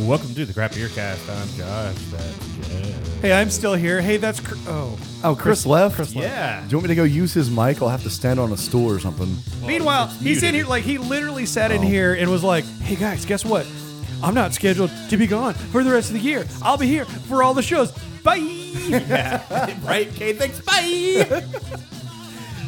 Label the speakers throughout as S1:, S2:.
S1: welcome to the Crap Beer Cast. I'm Josh. That's Jeff.
S2: Hey, I'm still here. Hey, that's Cr- oh.
S3: Oh, Chris, left.
S2: Chris left.
S1: Yeah.
S3: Do you want me to go use his mic? I'll have to stand on a stool or something.
S2: Meanwhile,
S1: it's
S2: he's in
S1: muted.
S2: here like he literally sat in here and was like, "Hey guys, guess what? I'm not scheduled to be gone for the rest of the year. I'll be here for all the shows. Bye."
S1: Right. Okay. Thanks. Bye.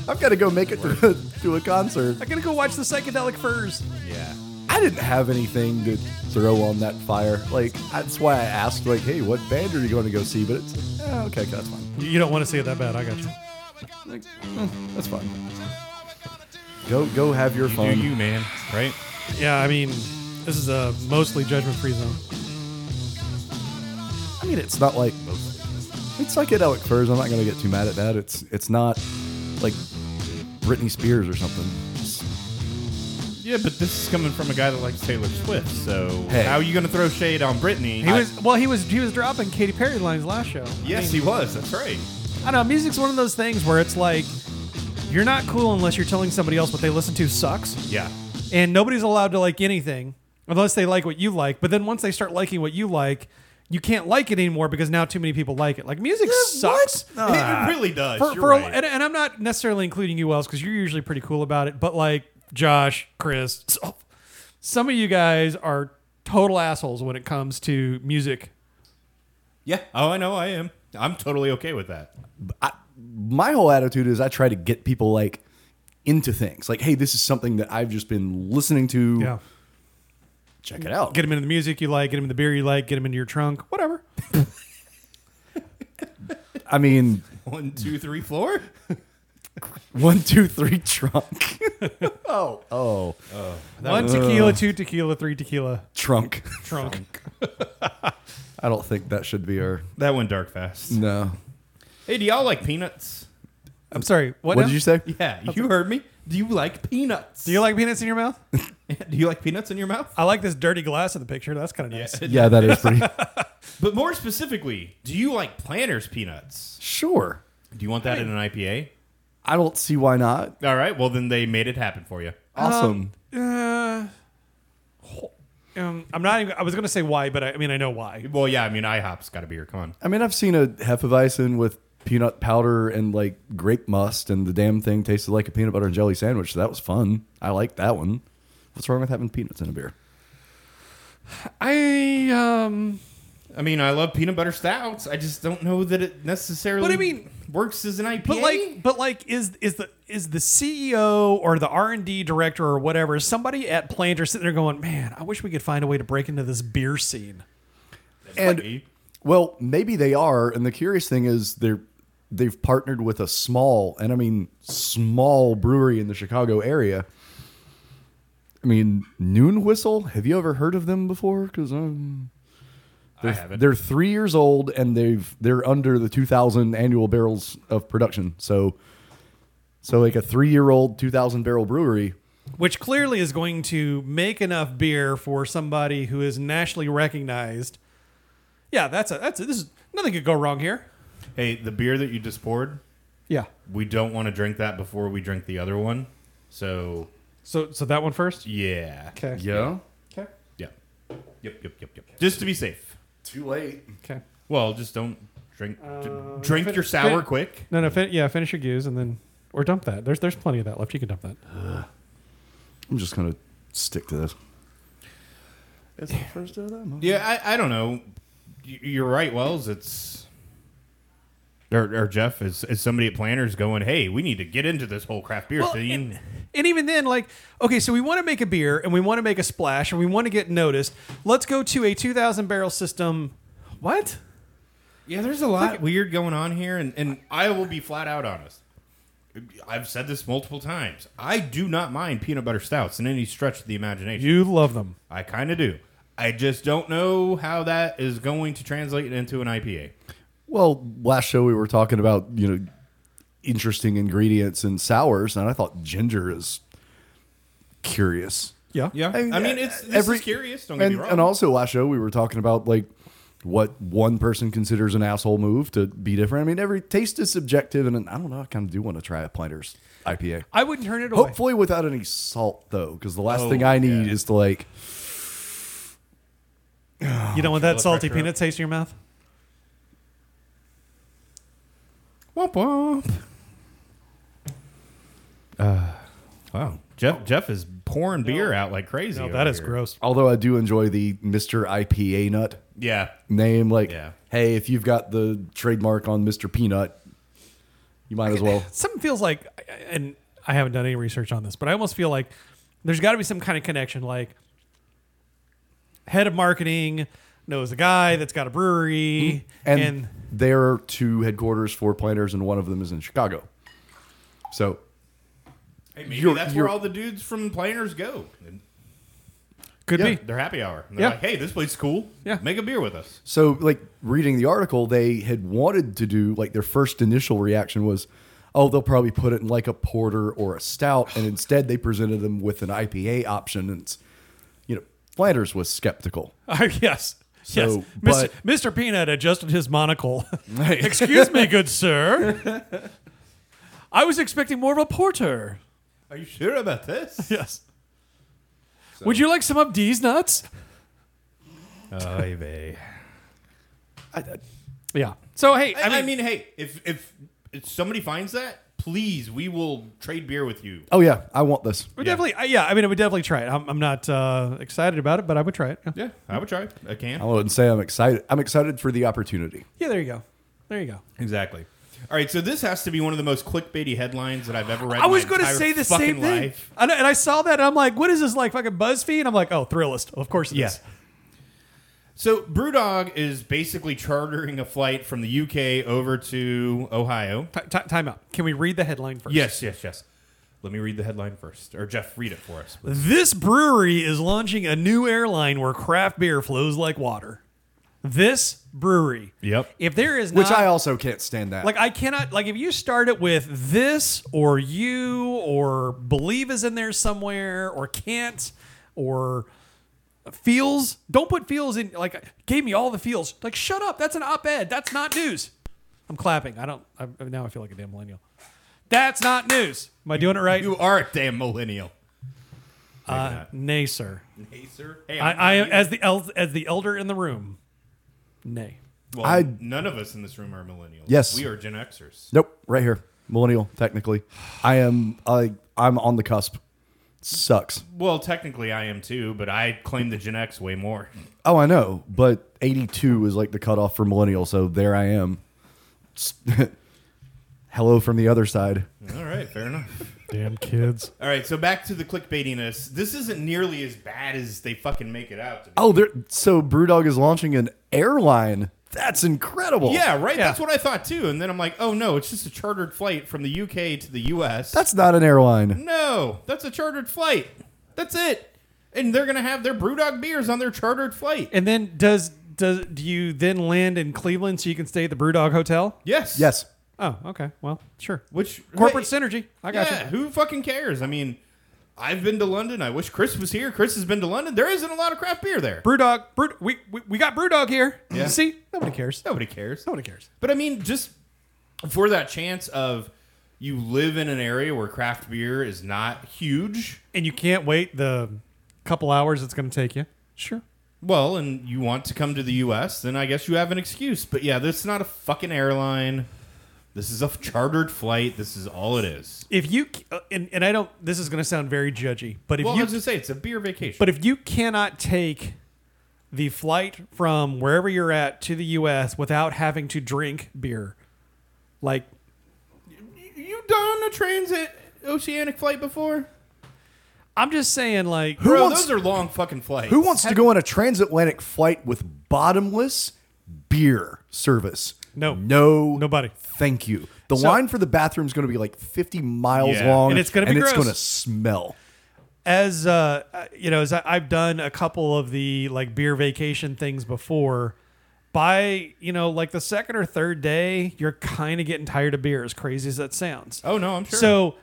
S3: I've got to go make it to, to a concert.
S2: I'm gonna go watch the psychedelic furs.
S1: yeah.
S3: I didn't have anything to throw on that fire. Like that's why I asked, like, "Hey, what band are you going to go see?" But it's eh, okay, that's fine.
S2: You don't want to see it that bad. I got you.
S3: Like, eh, that's fine. Go, go, have your
S1: You
S2: Um,
S3: fun.
S1: do you, man. Right.
S2: Yeah, I mean, this is a mostly judgment-free zone.
S3: I mean, it's not like it's psychedelic furs. I'm not going to get too mad at that. It's it's not like Britney Spears or something. Just-
S1: Yeah, but this is coming from a guy that likes Taylor Swift. So
S3: Hey.
S1: how are you going to throw shade on Britney?
S2: He was well. He was he was dropping Katy Perry lines last show. I
S1: yes,
S2: mean,
S1: he was. That's right.
S2: I know music's one of those things where it's like you're not cool unless you're telling somebody else what they listen to sucks,
S1: Yeah.
S2: and nobody's allowed to like anything unless they like what you like. But then once they start liking what you like, you can't like it anymore because now too many people like it. Like music sucks.
S1: It- it, really does.
S2: For,
S1: You're
S2: for a-
S1: right.
S2: and, and I'm not necessarily including you, Wells, because you're usually pretty cool about it. But like Josh, Chris, some of you guys are total assholes when it comes to music.
S1: yeah. Oh, I know. I am. I'm totally okay with that.
S3: my whole attitude is I try to get people like into things. Like, hey, this is something that I've just been listening to. Check it out.
S2: Get them into the music you like, get them in the beer you like, get them into your trunk, whatever.
S3: I mean,
S1: One, two, three, floor.
S3: one, two, three, trunk. oh, oh,
S2: One tequila, two tequila, three tequila,
S3: uh, trunk.
S2: trunk.
S3: I don't think that should be our
S1: That went dark fast.
S3: no.
S1: Hey, do y'all like peanuts?
S2: I'm sorry. What,
S3: What,
S2: now?
S3: did you say?
S1: Yeah, you heard me. Do you like peanuts?
S2: Do you like peanuts in your mouth?
S1: Do you like peanuts in your mouth?
S2: I like this dirty glass in the picture. That's kind of nice.
S3: Yeah, that is pretty.
S1: But more specifically, do you like Planters peanuts?
S3: sure.
S1: Do you want that in an IPA?
S3: I don't see why not.
S1: All right. Well, then they made it happen for you.
S2: Um,
S3: Awesome.
S2: Uh, ho- um, I'm not even, I was going to say why, but I, I mean, I know why.
S1: Well, yeah. I mean, IHOP's got a beer. Come on.
S3: I mean, I've seen a hefeweizen with peanut powder and like grape must, and the damn thing tasted like a peanut butter and jelly sandwich. So that was fun. I liked that one. What's wrong with having peanuts in a beer?
S2: I, um,
S1: I mean, I love peanut butter stouts. I just don't know that it necessarily.
S2: But I mean-
S1: works as an IPA.
S2: but like, but like, is, is the, is the CEO or the R and D director or whatever, is somebody at Planter sitting there going, man, I wish we could find a way to break into this beer scene.
S3: And well, maybe they are. And the curious thing is they're they've partnered with a small, and I mean small brewery in the Chicago area. I mean, Noon Whistle. Have you ever heard of them before? Because um,
S1: I haven't.
S3: they're three years old, and they've they're under the two thousand annual barrels of production. So, so like a three year old two thousand barrel brewery.
S2: which clearly is going to make enough beer for somebody who is nationally recognized. Yeah, that's a that's a, this is nothing could go wrong here.
S1: hey, the beer that you just poured,
S2: Yeah.
S1: we don't want to drink that before we drink the other one. So
S2: So so that one first.
S1: yeah.
S2: Okay.
S3: Yeah.
S2: Okay.
S1: Yeah. Yep. Yep. Yep. Yep. Just to be safe.
S3: Too late.
S2: Okay.
S1: Well, just don't drink.
S2: Uh,
S1: drink your sour
S2: fin-
S1: quick.
S2: No, no. Fin- yeah, finish your goose and then or dump that. There's there's plenty of that left. You can dump that.
S3: I'm just gonna stick to this.
S1: Yeah, I, I don't know. Y- You're right, Wells. It's or, or Jeff is, is somebody at Planners going, hey, we need to get into this whole craft beer
S2: Well,
S1: thing.
S2: and, and even then, like, okay, so we want to make a beer and we want to make a splash and we want to get noticed. Let's go to a 2,000 barrel system. What?
S1: yeah, there's a lot weird going on here, and, and I will be flat out honest. I've said this multiple times. I do not mind peanut butter stouts in any stretch of the imagination.
S2: You love them.
S1: I kind of do. I just don't know how that is going to translate into an IPA.
S3: Well, last show we were talking about you know interesting ingredients in sours, and I thought ginger is curious.
S2: Yeah.
S1: I mean, it's this
S3: every-
S1: is curious. Don't get
S3: And,
S1: me wrong.
S3: and also last show we were talking about like what one person considers an asshole move to be different. I mean, every taste is subjective, and I don't know. I kind of do want to try a Planters IPA.
S2: I wouldn't turn it away.
S3: Hopefully without any salt though, because the last
S1: Oh,
S3: thing I need
S1: yeah.
S3: is to like
S2: you don't want that
S1: blood
S2: salty
S1: pressure up.
S2: peanut taste in your mouth?
S1: Womp womp. Uh, wow. Jeff Jeff is pouring beer out like crazy.
S2: No,
S1: over
S2: that is
S1: here.
S2: gross.
S3: Although I do enjoy the Mr. IPA nut
S1: Yeah.
S3: name. Like,
S1: Yeah.
S3: hey, if you've got the trademark on Mr. Peanut, you might as well.
S2: Something feels like, and I haven't done any research on this, but I almost feel like there's got to be some kind of connection. Like, head of marketing knows a guy that's got a brewery,
S3: Mm-hmm. And,
S2: and
S3: there are two headquarters for planters, and one of them is in Chicago. So
S1: Hey, maybe
S3: You're-
S1: that's
S3: you're-
S1: where all the dudes from Planers go. And
S2: could
S3: Yeah.
S2: be.
S1: They're happy hour. And they're
S2: Yeah.
S1: like, hey, this place is cool.
S2: Yeah.
S1: Make a beer with us.
S3: So, like reading the article, they had wanted to do like their first initial reaction was, "Oh, they'll probably put it in like a porter or a stout," and instead they presented them with an IPA option, and it's- you know, Flanders was skeptical.
S2: Uh, yes.
S3: So,
S2: yes. Mr.
S3: but-
S2: Mr. Peanut adjusted his monocle. Excuse me, good sir. I was expecting more of a porter.
S1: Are you sure about this?
S2: Yes. Would you like some of these nuts?
S1: Ay vey.
S2: Yeah. So hey,
S1: I, I mean, hey, if, if if somebody finds that, please, we will trade beer with you.
S3: Oh yeah, I want this.
S2: would definitely, I- yeah. I mean, I would definitely try it. I'm, I'm not uh, excited about it, but I would try it. Yeah.
S1: Yeah, I would try. I can.
S3: I wouldn't say I'm excited. I'm excited for the opportunity.
S2: Yeah, There you go. There you go.
S1: Exactly. All right, so this has to be one of the most clickbaity headlines that I've ever read.
S2: I was
S1: going
S2: going
S1: to
S2: to say the same thing, I know, and I saw that, and I'm like, "What is this like? Fucking BuzzFeed?" And I'm like, "Oh, Thrillist, of course it is."
S1: Yes. So BrewDog is basically chartering a flight from the UK over to Ohio.
S2: Ti- ti- time out. Can we read the headline first?
S1: Yes, yes, yes. Let me read the headline first, or Jeff, read it for us. please.
S2: This brewery is launching a new airline where craft beer flows like water. This brewery.
S1: Yep.
S2: If there is
S3: Which
S2: not,
S3: I also can't stand that.
S2: like I cannot like if you start it with this or you or believe is in there somewhere or can't or feels don't put feels in like gave me all the feels like shut up that's an op-ed that's not news I'm clapping I don't I, now I feel like a damn millennial that's not news am I doing it right
S1: You are a damn millennial.
S2: uh, nay sir
S1: Hey, sir. Hey,
S2: I,
S1: I'm
S2: I
S1: not
S2: am
S1: you.
S2: as the el- as the elder in the room. Nay.
S1: Well,
S3: I-
S1: none of us in this room are millennials.
S3: Yes.
S1: we are Gen Xers.
S3: nope, right here, millennial. Technically, I am. I I'm on the cusp. Sucks.
S1: Well, technically, I am too, but I claim the Gen X way more.
S3: Oh, I know, but 82 is like the cutoff for millennial, so there I am. S- Hello from the other side.
S1: All right, fair enough.
S2: Damn kids.
S1: All right, so back to the clickbaitiness. This isn't nearly as bad as they fucking make it out to be.
S3: Oh, there. So BrewDog is launching an airline. That's incredible.
S1: Yeah, right.
S2: Yeah.
S1: That's what I thought too. And then I'm like, oh no, it's just a chartered flight from the UK to the US.
S3: that's not an airline.
S1: no, that's a chartered flight. That's it. And they're gonna have their BrewDog beers on their chartered flight.
S2: And then does does do you then land in Cleveland so you can stay at the BrewDog Hotel?
S1: Yes.
S3: Yes.
S2: Oh, okay. Well, sure.
S1: Which
S2: Corporate
S1: hey,
S2: synergy. I got
S1: yeah.
S2: you.
S1: Who fucking cares? I mean, I've been to London. I wish Chris was here. Chris has been to London. There isn't a lot of craft beer there.
S2: BrewDog. Brew, we, we we got BrewDog here.
S1: Yeah.
S2: See, nobody cares.
S1: Nobody cares.
S2: Nobody cares.
S1: But I mean, just for that chance of you live in an area where craft beer is not huge.
S2: And you can't wait the couple hours it's going to take you. Sure.
S1: Well, and you want to come to the U.S., then I guess you have an excuse. But yeah, this is not a fucking airline. This is a f- chartered flight. This is all it is.
S2: If you c- uh, and, and I don't. This is going to sound very judgy, but if
S1: Well, I
S2: you
S1: was gonna say it's a beer vacation.
S2: But if you cannot take the flight from wherever you're at to the U.S. without having to drink beer, like
S1: you done a transit oceanic flight before?
S2: I'm just saying, like
S3: Who
S1: Bro,
S3: wants-
S1: those are long fucking flights.
S3: Who wants to go on a transatlantic flight with bottomless beer service?
S2: No.
S3: No.
S2: Nobody.
S3: Thank you. The
S2: So-
S3: line for the bathroom is going to be like 50 miles
S1: Yeah.
S3: long,
S2: And it's gonna be
S3: and it's
S2: gross.
S3: going to smell.
S2: as uh, uh, you know, as I, I've done a couple of the like beer vacation things before. By you know, like the second or third day, you're kind of getting tired of beer. As crazy as that sounds.
S1: Oh no, I'm sure.
S2: So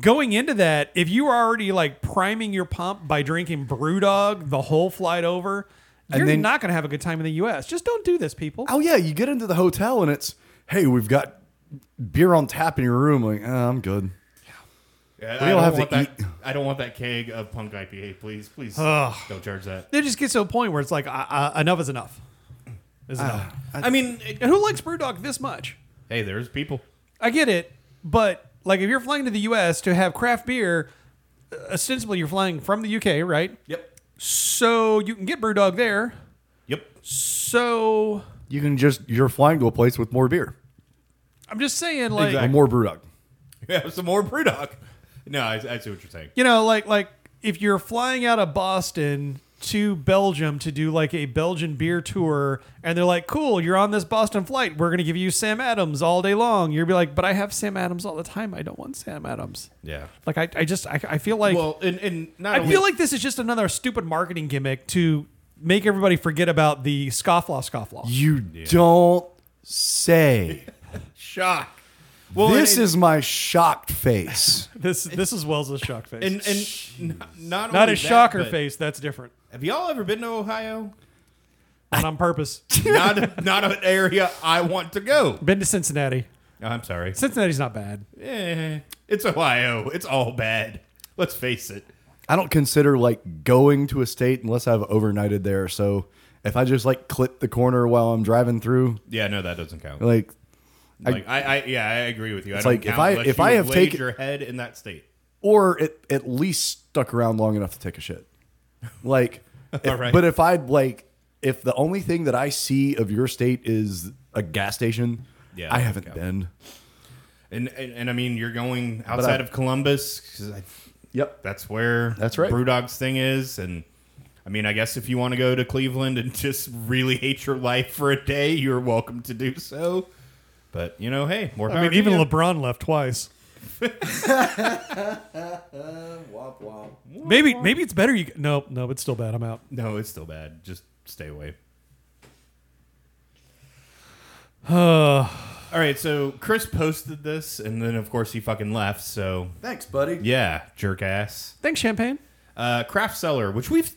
S2: going into that, if you are already like priming your pump by drinking BrewDog the whole flight over, you're
S3: then-
S2: not going to have a good time in the U.S. Just don't do this, people.
S3: oh yeah, you get into the hotel "Uh, and it's, hey, we've got beer on tap in your room. Like, "Ah, I'm good.
S1: Yeah,
S3: We don't have to
S1: want that, I don't want that keg of punk IPA, please. Please don't charge that.
S2: It just gets to a point where it's like, uh, uh, enough is enough. Is enough.
S1: I mean, it-
S2: And who likes BrewDog this much?
S1: Ah. hey, there's people.
S2: I get it, but like if you're flying to the U.S. to have craft beer, uh, ostensibly you're flying from the U.K., right?
S1: Yep.
S2: So you can get BrewDog there.
S1: Yep.
S2: So
S3: You can just you're flying to a place with more beer,
S2: I'm just saying, like
S3: or
S1: Exactly.
S3: more brewdog.
S1: Yeah, some more Brewdog. No, I, I see what you're saying.
S2: you know, like like if you're flying out of Boston to Belgium to do like a Belgian beer tour, and they're like, "Cool, you're on this Boston flight. We're gonna give you Sam Adams all day long." You'll be like, "But I have Sam Adams all the time. I don't want Sam Adams."
S1: Yeah.
S2: Like I, I just I, I feel like
S1: Well, and, and not
S2: I
S1: only,
S2: feel like this is just another stupid marketing gimmick to make everybody forget about the scofflaw scofflaw.
S3: You don't say.
S1: shock. Well,
S3: this
S1: and,
S3: is my shocked face.
S2: This this is Wells' shock face.
S1: and, and n- not
S2: Not
S1: only
S2: a
S1: that,
S2: shocker
S1: but
S2: face, that's different.
S1: Have y'all ever been to Ohio?
S2: Not on purpose.
S1: not not an area I want to go.
S2: Been to Cincinnati.
S1: I'm sorry.
S2: Cincinnati's not bad.
S1: Eh, it's Ohio. It's all bad. Let's face it.
S3: I don't consider like going to a state unless I've overnighted there. So if I just like clip the corner while I'm driving through,
S1: Yeah, no, that doesn't count.
S3: like
S1: Like I, I yeah, I agree with you. I
S3: It's
S1: don't
S3: like, if
S1: count
S3: I-
S1: unless
S3: if
S1: you
S3: I have
S1: laid
S3: taken-
S1: your head in that state.
S3: or at, at least stuck around long enough to take a shit. Like, if-
S1: All right.
S3: but if I'd like, if the only thing that I see of your state is a gas station,
S1: Yeah,
S3: I
S1: that
S3: haven't
S1: counts.
S3: been.
S1: And, and and I mean, you're going outside
S3: I-
S1: of Columbus 'cause I,
S3: Yep.
S1: that's where
S3: That's right.
S1: Brewdog's thing is. And I mean, I guess if you want to go to Cleveland and just really hate your life for a day, you're welcome to do so. But you know, hey, more power
S2: I mean,
S1: to
S2: even
S1: you.
S2: LeBron left twice. Maybe maybe it's better. You no no, it's still bad. I'm out.
S1: no, it's still bad. Just stay away. All right, so Chris posted this, and then of course he fucking left. So
S3: Thanks, buddy.
S1: yeah, jerk ass.
S2: Thanks, Champagne.
S1: Uh, craft cellar, which we've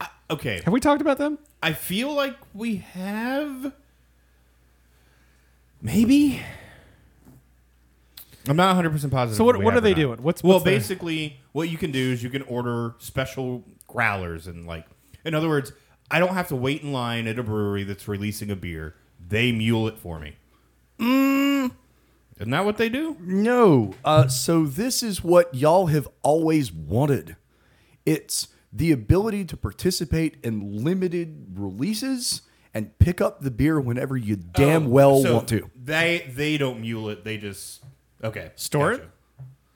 S1: I- okay.
S2: Have we talked about them?
S1: I feel like we have. Maybe. I'm not 100 percent positive.
S2: So what-
S1: if we
S2: what
S1: have
S2: are they
S1: or not.
S2: doing? What's-
S1: well,
S2: what's their-
S1: basically, what you can do is you can order special growlers and like, in other words, I don't have to wait in line at a brewery that's releasing a beer. They mule it for me. Mm. Isn't that what they do?
S3: No. Uh, so this is what y'all have always wanted. It's the ability to participate in limited releases and pick up the beer whenever you damn well
S1: So
S3: want to.
S1: They they don't mule it. They just okay
S2: Store it?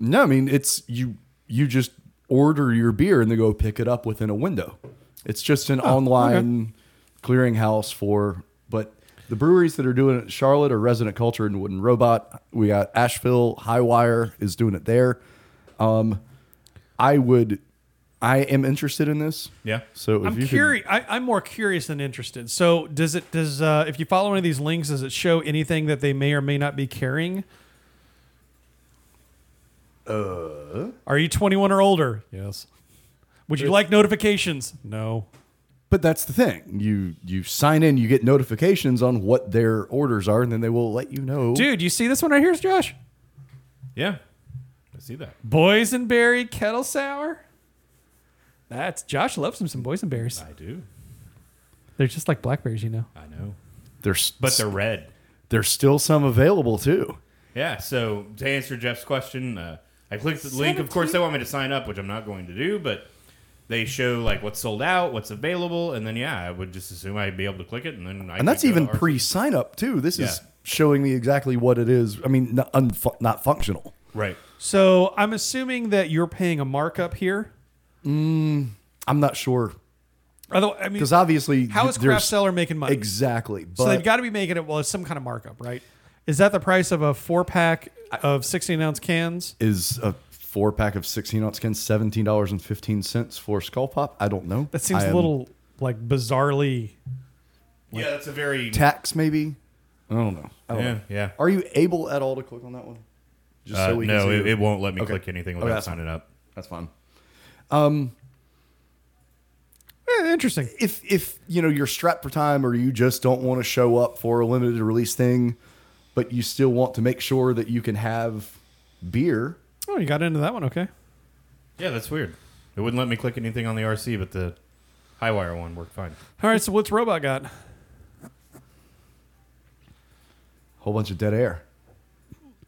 S3: No, I mean it's you. You just order your beer and they go pick it up within a window. It's just
S1: Oh,
S3: an online clearinghouse for. But the breweries that are doing it, in Charlotte are Resident Culture and Wooden Robot. We got Asheville Highwire is doing it there. Um, I would. I am interested in this.
S1: Yeah.
S3: So if
S2: I'm
S3: you
S2: curious. I, I'm more curious than interested. So does it? Does uh, if you follow any of these links, does it show anything that they may or may not be carrying? Uh. Are you 21 or older? Yes. Would you like notifications? No.
S3: Could, but that's the thing. You you sign in, you get notifications on what their orders are, and then they will let you know.
S2: Dude, you see this one right here, Josh?
S1: Yeah, I see that.
S2: Boysenberry kettle sour. That's Josh loves him some boysenberries.
S1: I do.
S2: They're just like blackberries, you know.
S1: I know.
S3: There's
S1: But they're red.
S3: there's still some available too.
S1: Yeah. So to answer Jeff's question, uh, I clicked the link. Of course, they want me to sign up, which I'm not going to do, but they show like what's sold out, what's available, and then yeah, I would just assume I'd be able to click it, and then I
S3: and that's
S1: could go to
S3: even
S1: our-
S3: pre sign up too. This is
S1: Yeah.
S3: showing me exactly what it is. I mean, not, unfu- not functional.
S1: right.
S2: So I'm assuming that you're paying a markup here.
S3: I'm not sure
S2: Although I mean,
S3: because obviously
S2: how is
S3: there's-
S2: craft seller making money?
S3: exactly. But
S2: so they've got to be making it. Well, it's some kind of markup, right? Is that the price of a four pack of 16 ounce cans?
S3: is a four pack of 16 ounce cans seventeen dollars and fifteen cents for Skull Pop? I don't know.
S2: That seems
S3: I
S2: a
S3: am-
S2: little like bizarrely.
S1: yeah, that's a very
S3: tax maybe. I don't know. I don't
S1: yeah
S3: know.
S1: yeah.
S3: Are you able at all to click on that one? Just
S1: Uh, no, it, it won't let me
S3: Okay.
S1: click anything
S3: Okay,
S1: without
S3: that's fine.
S1: signing up.
S3: That's fine.
S2: Eh, interesting.
S3: if if you know you're strapped for time or you just don't want to show up for a limited release thing, but you still want to make sure that you can have beer,
S2: Oh, you got into that one. Okay.
S1: Yeah, that's weird. It wouldn't let me click anything on the RC, but the Highwire one worked fine.
S2: All right. So what's robot got?
S3: Whole bunch of dead air.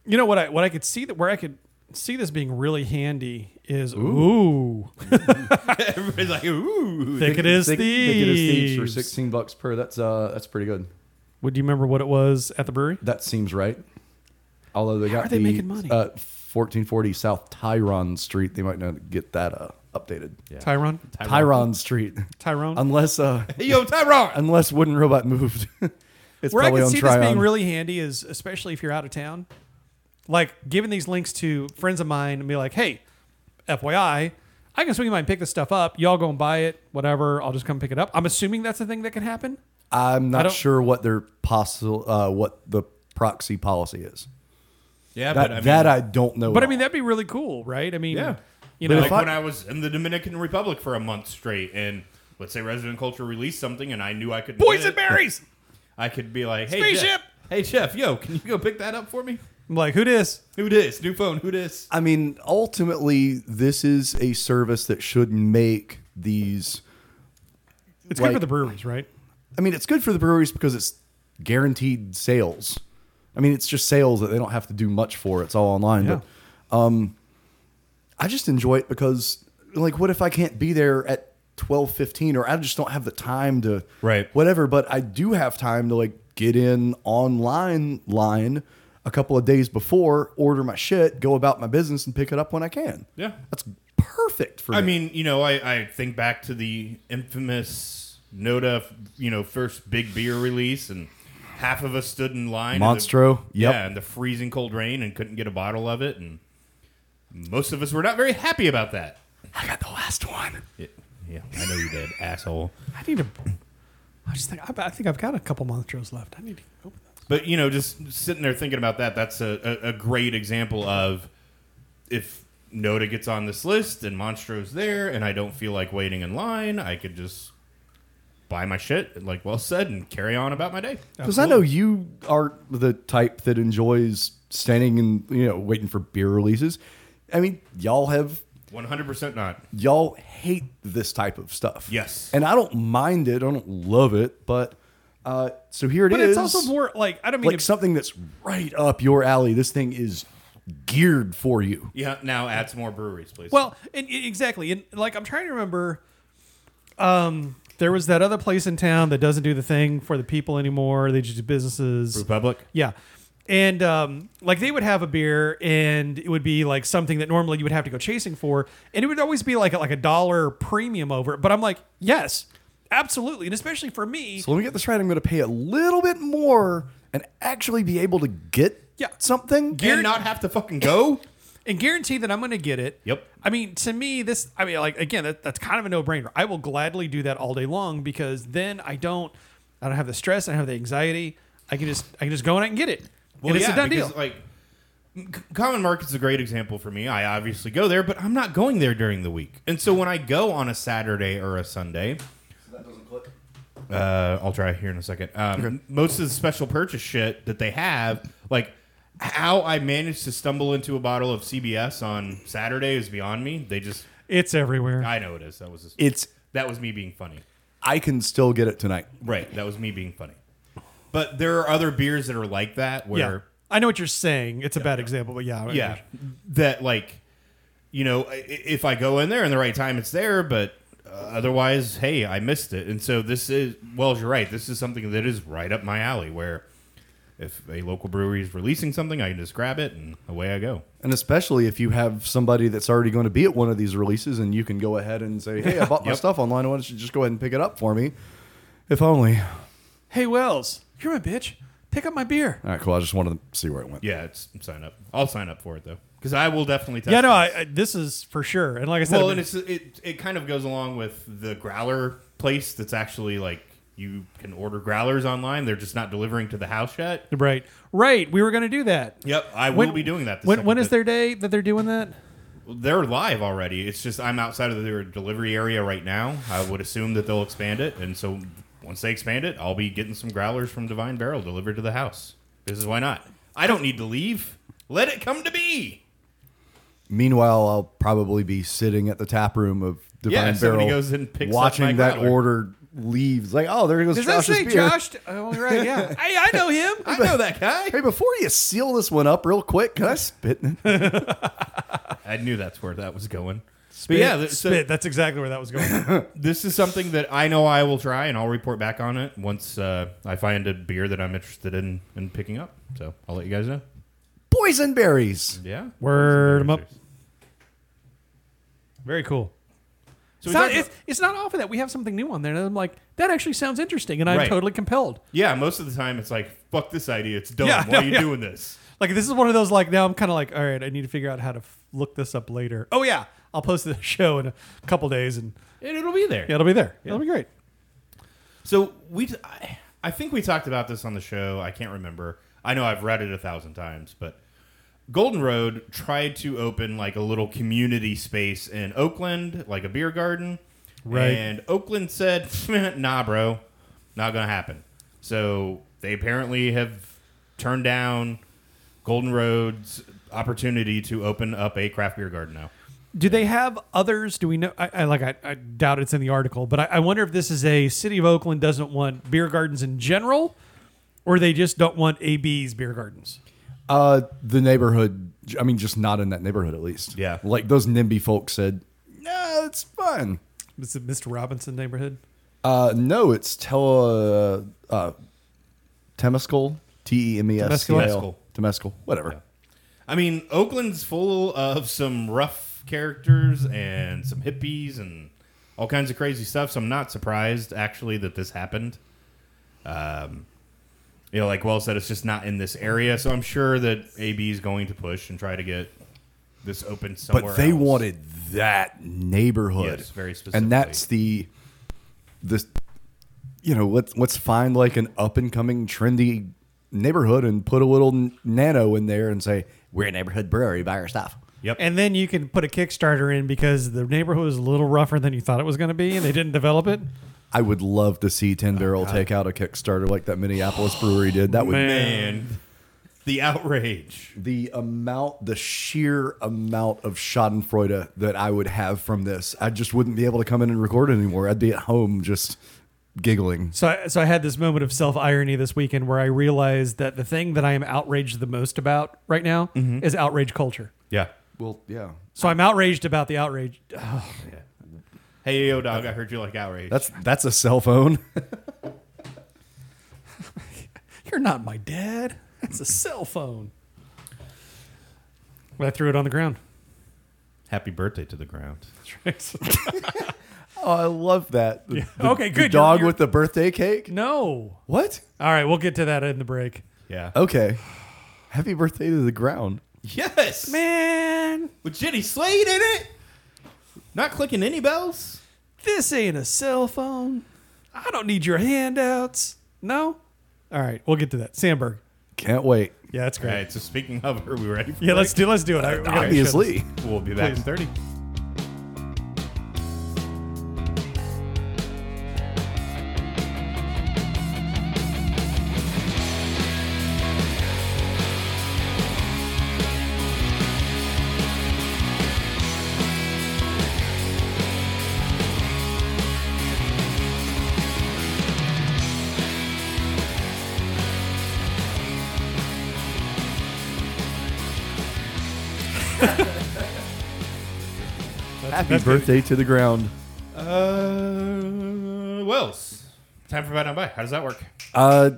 S2: You know what I what I could see that where I could see this being really handy is ooh,
S1: Everybody's like, ooh.
S2: thick it is
S3: Thick-
S2: thieves.
S3: thick it is thieves for sixteen bucks per. That's uh, that's pretty good.
S2: Would you remember what it was at the brewery?
S3: That seems right. Although they got
S2: are they
S3: the
S2: making money?
S3: Uh, 1440 South Tyrone Street. They might not get that uh, updated.
S1: Yeah.
S2: Tyrone.
S3: Tyrone. Street.
S2: Tyrone.
S3: Unless uh,
S1: Hey, yo, Tyrone.
S3: unless Wooden Robot moved. it's
S2: where I
S3: probably
S2: can
S3: on
S2: see
S3: Tryon.
S2: this being really handy is especially if you're out of town, like giving these links to friends of mine and be like, hey, FYI, I can swing by and pick this stuff up. Y'all go and buy it, whatever. I'll just come pick it up. I'm assuming that's a thing that can happen.
S3: I'm
S2: I
S3: not
S2: don't-
S3: sure what their possible uh, what the proxy policy is.
S1: Yeah,
S3: That,
S1: but I mean,
S3: that I don't know.
S2: But
S3: at
S2: I mean,
S3: all.
S2: that'd be really cool, right? I mean,
S1: Yeah.
S2: you
S3: But
S2: know,
S1: like
S3: I-
S1: when I was in the Dominican Republic for a month straight, and let's say Resident Culture released something, and I knew I could. win
S2: boys and
S1: it,
S2: berries.
S1: I could be like, hey,
S2: Spaceship!
S1: Jeff, hey Jeff, yo, can you go pick that up for me?
S2: I'm like, who dis?
S1: Who dis? New phone? Who dis?
S3: I mean, ultimately, this is a service that should make these.
S2: It's
S3: Like-
S2: good for the breweries, right?
S3: I mean, it's good for the breweries because it's guaranteed sales. I mean, it's just sales that they don't have to do much for. It's all online. But
S2: Yeah.
S3: um, I just enjoy it because, like, what if I can't be there at twelve fifteen, or I just don't have the time to
S1: Right.
S3: whatever? But I do have time to like get in online line a couple of days before, order my shit, go about my business, and pick it up when I can.
S1: Yeah.
S3: that's perfect for
S1: I
S3: me.
S1: mean, you know, I, I think back to the infamous Noda, you know, first big beer release, and half of us stood in line. in the-
S3: Monstro, yep.
S1: Yeah, in the freezing cold rain and couldn't get a bottle of it. And most of us were not very happy about that.
S3: I got the last one.
S1: Yeah, yeah I know you did, asshole.
S2: I need to. I just think I, I think I've got a couple monstros left. I need to open that.
S1: But you know, just sitting there thinking about that, that's a, a, a great example of if Noda gets on this list and Monstro's there, and I don't feel like waiting in line, I could just buy my shit, like well said, and carry on about my day.
S3: Because I know you are the type that enjoys standing and you know waiting for beer releases. I mean, y'all have
S1: One hundred percent not.
S3: y'all hate this type of stuff.
S1: Yes.
S3: and I don't mind it. I don't love it, but uh, so here it is.
S2: But it's also more like I don't mean
S3: like
S2: to-
S3: something that's right up your alley. This thing is geared for you.
S1: Yeah. Now add some more breweries, please.
S2: Well, and, and exactly, and like I'm trying to remember, um, there was that other place in town that doesn't do the thing for the people anymore. They just do businesses.
S1: Republic.
S2: Yeah, and um, like they would have a beer, and it would be like something that normally you would have to go chasing for, and it would always be like a, like a dollar premium over it. But I'm like, yes, absolutely, and especially for me,
S3: So let me get this right. I'm going to pay a little bit more and actually be able to get
S2: Yeah.
S3: something.
S1: And not have to fucking go.
S2: and guarantee that I'm going to get it.
S1: Yep.
S2: I mean, to me, this, I mean, like, again, that, that's kind of a no brainer. I will gladly do that all day long because then I don't, I don't have the stress. I don't have the anxiety. I can just, I can just go and I can get it.
S1: Well,
S2: and it's
S1: yeah,
S2: a done
S1: because,
S2: deal.
S1: Like, c- Common Market's a great example for me. I obviously go there, but I'm not going there during the week. And so when I go on a Saturday or a Sunday, uh, I'll try here in a second. Um, Most of the special purchase shit that they have, like how I managed to stumble into a bottle of CBS on Saturday is beyond me. They just,
S2: it's everywhere.
S1: I know it is. That was just,
S3: It's
S1: that was me being funny.
S3: I can still get it tonight.
S1: Right, that was me being funny. But there are other beers that are like that where.
S2: yeah. I know what you're saying. It's a bad example, but yeah. I-
S1: yeah that like you know i- if i go in there in the right time it's there but uh, otherwise hey i missed it and so this is well you're right this is something that is right up my alley where if a local brewery is releasing something i can just grab it and away i go
S3: And especially if you have somebody that's already going to be at one of these releases and you can go ahead and say, hey, I bought my
S1: Yep.
S3: stuff online. Why don't you just go ahead and pick it up for me? If only. All
S2: Hey, Wells, you're my bitch. Pick up my beer.
S3: right, cool. I just wanted to see where it went.
S1: yeah it's sign up i'll sign up for it though because i will definitely test
S2: Yeah, no,
S1: this.
S2: I, I, this is for sure. And like I said,
S1: well
S2: I
S1: and
S2: mean-
S1: it's it, it kind of goes along with the growler place that's actually like you can order growlers online they're just not delivering to the house yet
S2: right, right. We were going to do that.
S1: yep i will
S2: When-
S1: be doing that the
S2: When,
S1: second
S2: when
S1: that-
S2: is their day that they're doing that?
S1: They're live already. It's just I'm outside of their delivery area right now. I would assume that they'll expand it, and so once they expand it, I'll be getting some growlers from Divine Barrel delivered to the house. This is why not. I don't need to leave. Let it come to me.
S3: Meanwhile, I'll probably be sitting at the tap room of Divine
S1: Yeah, somebody
S3: Barrel,
S1: goes and picks up
S3: watching
S1: Mike
S3: that
S1: Rattler.
S3: order leaves. Like, oh, there goes
S2: Does that
S3: Josh's
S2: say
S3: beer.
S2: Josh? Oh, right. Yeah. I, I know him.
S1: I know that guy.
S3: Hey, before you seal this one up real quick, can I spit? in it?
S1: I knew that's where that was going.
S2: Spit,
S1: but yeah, th- so
S2: spit. That's exactly where that was going.
S1: this is something that I know I will try, and I'll report back on it once uh, I find a beer that I'm interested in in picking up. So I'll let you guys know.
S3: Poison berries.
S1: Yeah,
S2: Word 'em up. Very cool.
S1: So we
S2: it's, not,
S1: talked
S2: it's, it's not often that we have something new on there, and I'm like, that actually sounds interesting, and I'm
S1: Right.
S2: totally compelled.
S1: Yeah, most of the time it's like, fuck this idea. It's dumb.
S2: Yeah,
S1: Why
S2: no,
S1: are you
S2: yeah.
S1: doing this?
S2: Like this is one of those like now I'm kind of like, all right, I need to figure out how to f- look this up later. Oh yeah, I'll post the show in a couple days, and
S1: And it'll be there.
S2: yeah, it'll be there. It'll be great.
S1: So we, t- I, I think we talked about this on the show. I can't remember. I know I've read it a thousand times, but Golden Road tried to open like a little community space in Oakland, like a beer garden.
S2: Right.
S1: And Oakland said, nah, bro, not going to happen. So they apparently have turned down Golden Road's opportunity to open up a craft beer garden now.
S2: Do they have others? Do we know? I, I like. I, I doubt it's in the article, but I, I wonder if this is a city of Oakland doesn't want beer gardens in general, or they just don't want AB's beer gardens.
S3: Uh, the neighborhood. I mean, just not in that neighborhood, at least.
S1: Yeah.
S3: Like those NIMBY folks said, no, it's fun.
S2: Is it Mr. Robinson neighborhood?
S3: Uh, no, it's tele, uh, Temescal, T E M E S C
S1: Temescal.
S3: L, Temescal, whatever.
S1: I mean, Oakland's full of some rough characters and some hippies and all kinds of crazy stuff. So I'm not surprised actually that this happened. Um, you know, like Well said, it's just not in this area. So I'm sure that AB is going to push and try to get this open somewhere.
S3: But they
S1: else.
S3: wanted that neighborhood,
S1: Yes, very
S3: and that's the, the, you know, let's let's find like an up and coming trendy neighborhood and put a little n- nano in there and say we're a neighborhood brewery, buy our stuff.
S1: Yep.
S2: And then you can put a Kickstarter in because the neighborhood was a little rougher than you thought it was going to be, and they didn't develop it.
S3: I would love to see Ten Barrel take out a Kickstarter like that Minneapolis brewery did. That would
S1: Oh, man, the outrage.
S3: the amount, the sheer amount of Schadenfreude that I would have from this. I just wouldn't be able to come in and record anymore. I'd be at home just giggling.
S2: So, I, so I had this moment of self irony this weekend where I realized that the thing that I am outraged the most about right now is outrage culture.
S1: Yeah.
S3: Well, yeah.
S2: So I'm outraged about the outrage.
S1: Hey, yo, dog, I heard you like outrage.
S3: That's that's a cell phone.
S2: You're not my dad. That's a cell phone. But I threw it on the ground.
S1: Happy birthday to the ground.
S3: oh, I love that. The- the-
S2: Okay,
S3: the
S2: good. You're-
S3: dog
S2: you're-
S3: with the birthday cake.
S2: no.
S3: What?
S2: All right, we'll get to that in the break.
S1: Yeah.
S3: Okay. Happy birthday to the ground.
S1: Yes.
S2: Man,
S1: With Jenny Slade in it? Not clicking any bells?
S2: this ain't a cell phone. I don't need your handouts. No? All right, we'll get to that. Sandberg.
S3: Can't wait.
S2: Yeah, that's
S1: All
S2: great.
S1: right, so speaking of, are we ready? For
S2: Yeah, let's do let's do it. I- we gotta shut this-
S3: Obviously.
S1: We'll be back in 30.
S3: Happy birthday to the ground.
S1: Uh, Wells, time for Bad on By. How does that work?
S3: Uh,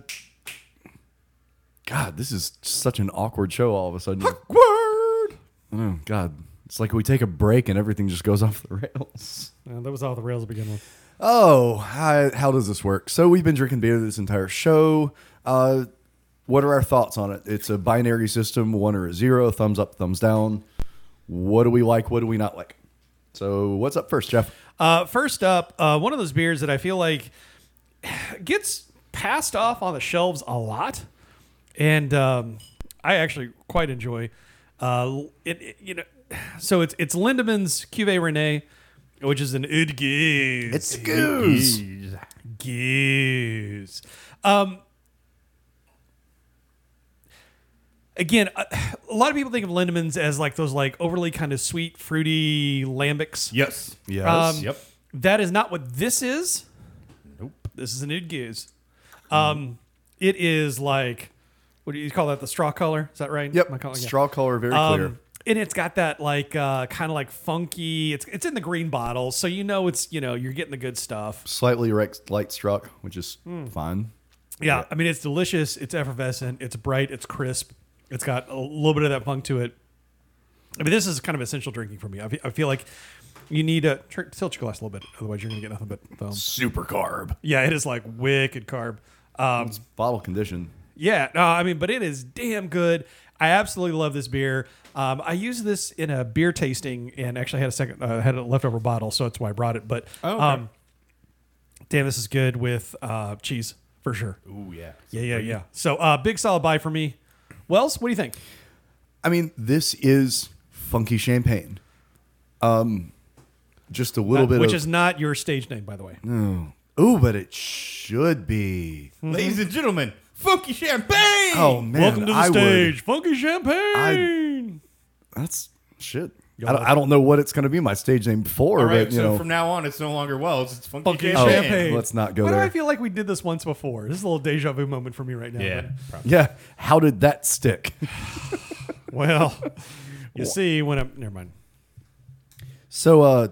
S3: God, this is such an awkward show all of a sudden.
S2: Word.
S3: Oh, God. It's like we take a break and everything just goes off the rails.
S2: Uh, that was off the rails to begin with.
S3: Oh, how, how does this work? So we've been drinking beer this entire show. Uh, what are our thoughts on it? It's a binary system, one or a zero, thumbs up, thumbs down. What do we like? What do we not like? So what's up first, Jeff?
S2: Uh, first up, uh, one of those beers that I feel like gets passed off on the shelves a lot, and um, I actually quite enjoy. Uh, it, it- you know, so it's it's Lindemann's Cuvée Rene, which is an Oud Goose.
S3: It's goose.
S2: Goose. Um, again, a, a lot of people think of Lindemans as like those like overly kind of sweet, fruity lambics.
S1: Yes.
S3: Yes.
S2: Um,
S1: Yep.
S2: That is not what this is.
S1: Nope.
S2: This is an oud goose. Um, it is like what do you call that? The straw color? Is that right?
S3: yep.
S2: Am I calling- yeah.
S3: Straw color, very clear.
S2: Um, and it's got that like uh, kind of like funky. It's it's in the green bottle, so you know it's you know you're getting the good stuff.
S3: Slightly rex- light struck, which is
S2: Hmm.
S3: fine.
S2: Yeah, I mean it's delicious. It's effervescent. It's bright. It's crisp. It's got a little bit of that funk to it. I mean, this is kind of essential drinking for me. I fe- I feel like you need a tr- tilt your glass a little bit, otherwise you're gonna get nothing but foam.
S3: Super carb.
S2: Yeah, it is like wicked carb. Um,
S3: It's bottle condition.
S2: Yeah, no, I mean, but it is damn good. I absolutely love this beer. Um, I used this in a beer tasting and actually had a second, uh, had a leftover bottle, so that's why I brought it. But
S1: Oh, okay.
S2: um, damn, this is good with uh, cheese for sure.
S1: Ooh yeah.
S2: Yeah, yeah, yeah. So uh, big solid buy for me. Wells, what do you think?
S3: I mean, this is funky champagne. Um, just a little bit
S2: Which
S3: of
S2: is not your stage name, by the way.
S3: ooh, but it should be.
S1: Ladies and gentlemen, funky champagne.
S3: Oh man,
S2: Welcome to the
S3: I would-
S2: stage, funky champagne.
S3: that's shit. I don't, I don't know what it's going to be my stage name for,
S1: All right.
S3: but you
S1: so
S3: know,
S1: from now on, it's no longer Wells. It's funky,
S2: Funky
S3: oh,
S1: champagne.
S2: champagne.
S3: let's not go
S2: Why do
S3: there.
S2: I feel like we did this once before? This is a little deja vu moment for me right now.
S1: Oh, Yeah.
S2: but-
S1: probably.
S3: yeah, how did that stick?
S2: Well, you see, when I'm never mind.
S3: So, uh,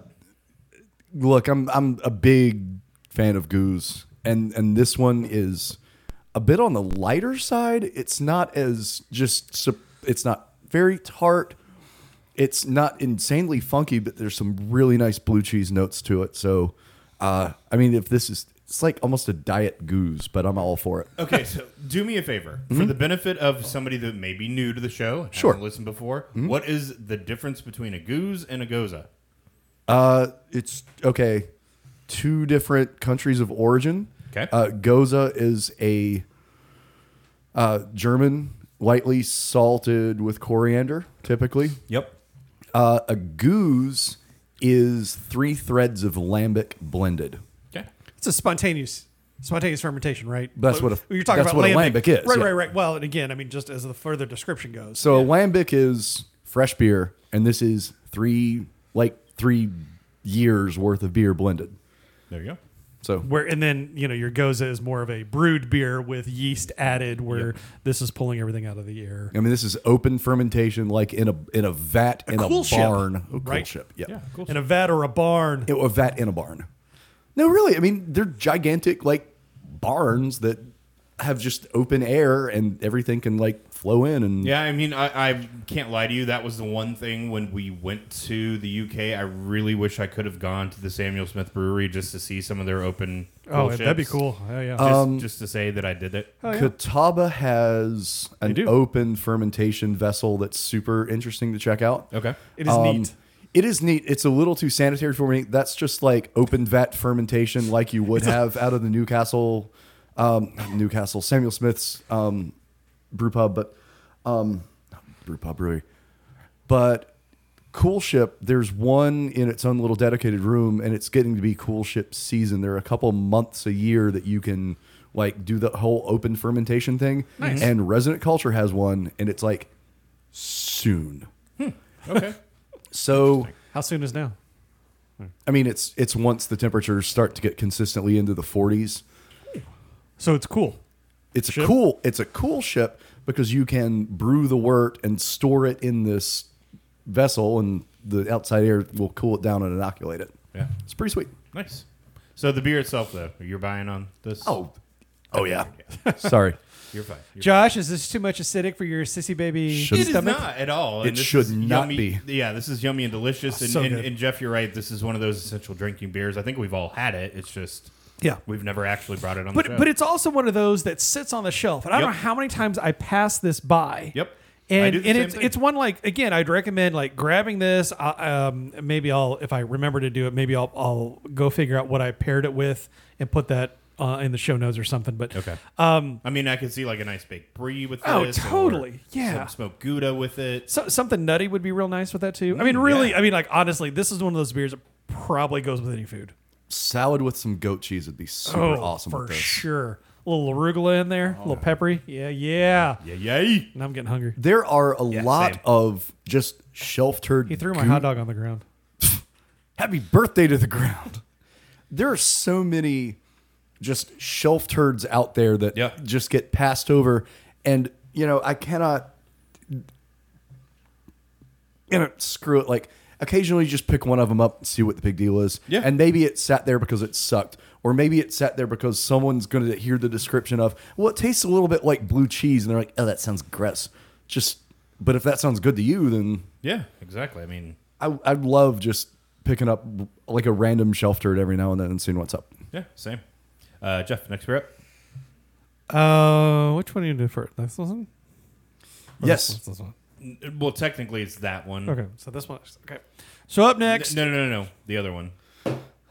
S3: look, I'm I'm a big fan of Goose, and and this one is a bit on the lighter side. It's not as just sup- it's not very tart. It's not insanely funky, but there's some really nice blue cheese notes to it. So, uh, I mean, if this is it's like almost a diet goose, but I'm all for it.
S1: Okay, so do me a favor for the benefit of somebody that may be new to the show, and
S3: Mm-hmm. Sure. Mm-hmm.
S1: hasn't listened before. what is the difference between a goose and a goza?
S3: Uh, it's okay. Two different countries of origin.
S1: Okay.
S3: Uh, Goza is a uh, German, lightly salted with coriander, typically.
S1: Yep.
S3: Uh, a goose is three threads of lambic blended.
S1: Okay.
S2: It's a spontaneous spontaneous fermentation, right?
S3: That's what a-
S2: you're talking
S3: that's
S2: about.
S3: what a
S2: lambic.
S3: lambic is,
S2: right?
S3: yeah.
S2: Right? Right? Well, and again, I mean, just as the further description goes,
S3: So a lambic is fresh beer, and this is three like three years worth of beer blended.
S1: There you go.
S3: So
S2: where and then you know your goza is more of a brewed beer with yeast added, where this is pulling everything out of the air.
S3: I mean, this is open fermentation, like in a in a vat in a,
S2: cool ship,
S3: barn, A cool
S2: right?
S3: ship. Yeah.
S1: Yeah. Cool.
S2: In a vat or a barn,
S3: it, a vat in a barn. No, really. I mean, they're gigantic, like barns that have just open air and everything can like flow in. And
S1: Yeah, I mean, I, I can't lie to you. That was the one thing when we went to the UK. I really wish I could have gone to the Samuel Smith Brewery just to see some of their open. cool
S2: oh, that'd be
S1: ships.
S2: cool. Oh, yeah.
S1: Just, just to say that I did it.
S3: uh, Catawba has an
S2: do.
S3: open fermentation vessel that's super interesting to check out.
S1: Okay.
S2: it is
S3: Um,
S2: neat.
S3: It is neat. It's a little too sanitary for me. That's just like open vat fermentation, like you would have out of the Newcastle, um, Newcastle Samuel Smith's um, brew pub, but um, not brew pub brewery. But Cool Ship, there's one in its own little dedicated room, and it's getting to be Cool Ship season. There are a couple months a year that you can like do the whole open fermentation thing. And Resonant Culture has one, and it's like soon.
S1: Okay.
S3: So.
S2: How soon is now?
S3: I mean, it's it's once the temperatures start to get consistently into the 40s.
S2: So it's cool.
S3: It's a cool it's a cool ship because you can brew the wort and store it in this vessel, and the outside air will cool it down and inoculate it.
S1: yeah.
S3: It's pretty sweet.
S1: Nice. So the beer itself, though, you're buying on this.
S3: Oh, oh yeah. Sorry,
S1: you're fine. You're
S2: Josh, is this too much acidic for your sissy baby
S3: Should-
S1: It is
S2: stomach?
S1: not at all.
S3: It
S1: this
S3: should
S1: is
S3: not
S1: yummy- Yeah, this is yummy and delicious. And,
S2: so
S1: and,
S2: good.
S1: and Jeff, you're right. This is one of those essential drinking beers. I think we've all had it. It's just
S2: Yeah.
S1: we've never actually brought it on the
S2: But
S1: show.
S2: but it's also one of those that sits on the shelf, and I don't
S1: Yep.
S2: know how many times I pass this by.
S1: Yep.
S2: And,
S1: I do the
S2: and
S1: same
S2: it's
S1: thing.
S2: it's one like again I'd recommend like grabbing this I, um, maybe I'll if I remember to do it maybe I'll, I'll go figure out what I paired it with and put that uh, in the show notes or something but
S1: okay.
S2: um
S1: I mean, I could see like a nice baked brie with
S2: Oh,
S1: this. or
S2: totally. Yeah.
S1: Some smoked gouda with it.
S2: so, something nutty would be real nice with that too I mean really
S1: yeah.
S2: I mean like honestly this is one of those beers that probably goes with any food
S3: salad with some goat cheese would be super awesome.
S2: Oh, for
S3: with this.
S2: sure little arugula in there, a little peppery. Oh, Yeah, yeah.
S1: Yeah, yay.
S2: And I'm getting hungry.
S3: There are a lot
S1: same.
S3: of just shelf turd.
S2: He threw my
S3: goo-
S2: hot dog on the ground.
S3: Happy birthday to the ground. There are so many just shelf turds out there that
S1: Yeah.
S3: just get passed over. And, you know, I cannot. You know, screw it. Like, occasionally you just pick one of them up and see what the big deal is.
S1: Yeah.
S3: And maybe it sat there because it sucked. Or maybe it sat there because someone's going to hear the description of, well, it tastes a little bit like blue cheese. And they're like, oh, that sounds gross. Just, but if that sounds good to you, then
S1: Yeah, exactly. I mean,
S3: I I love just picking up like a random shelf turd every now and then and seeing what's up.
S1: yeah, same. Uh, Jeff, next pair up.
S2: Uh, which one do you do first? This one? Or
S3: Yes.
S2: This one, this one.
S1: N- Well, technically, it's that one.
S2: Okay, so this one. Okay. Mm. So up
S1: N-
S2: next,
S1: No, no, no, no. The other one.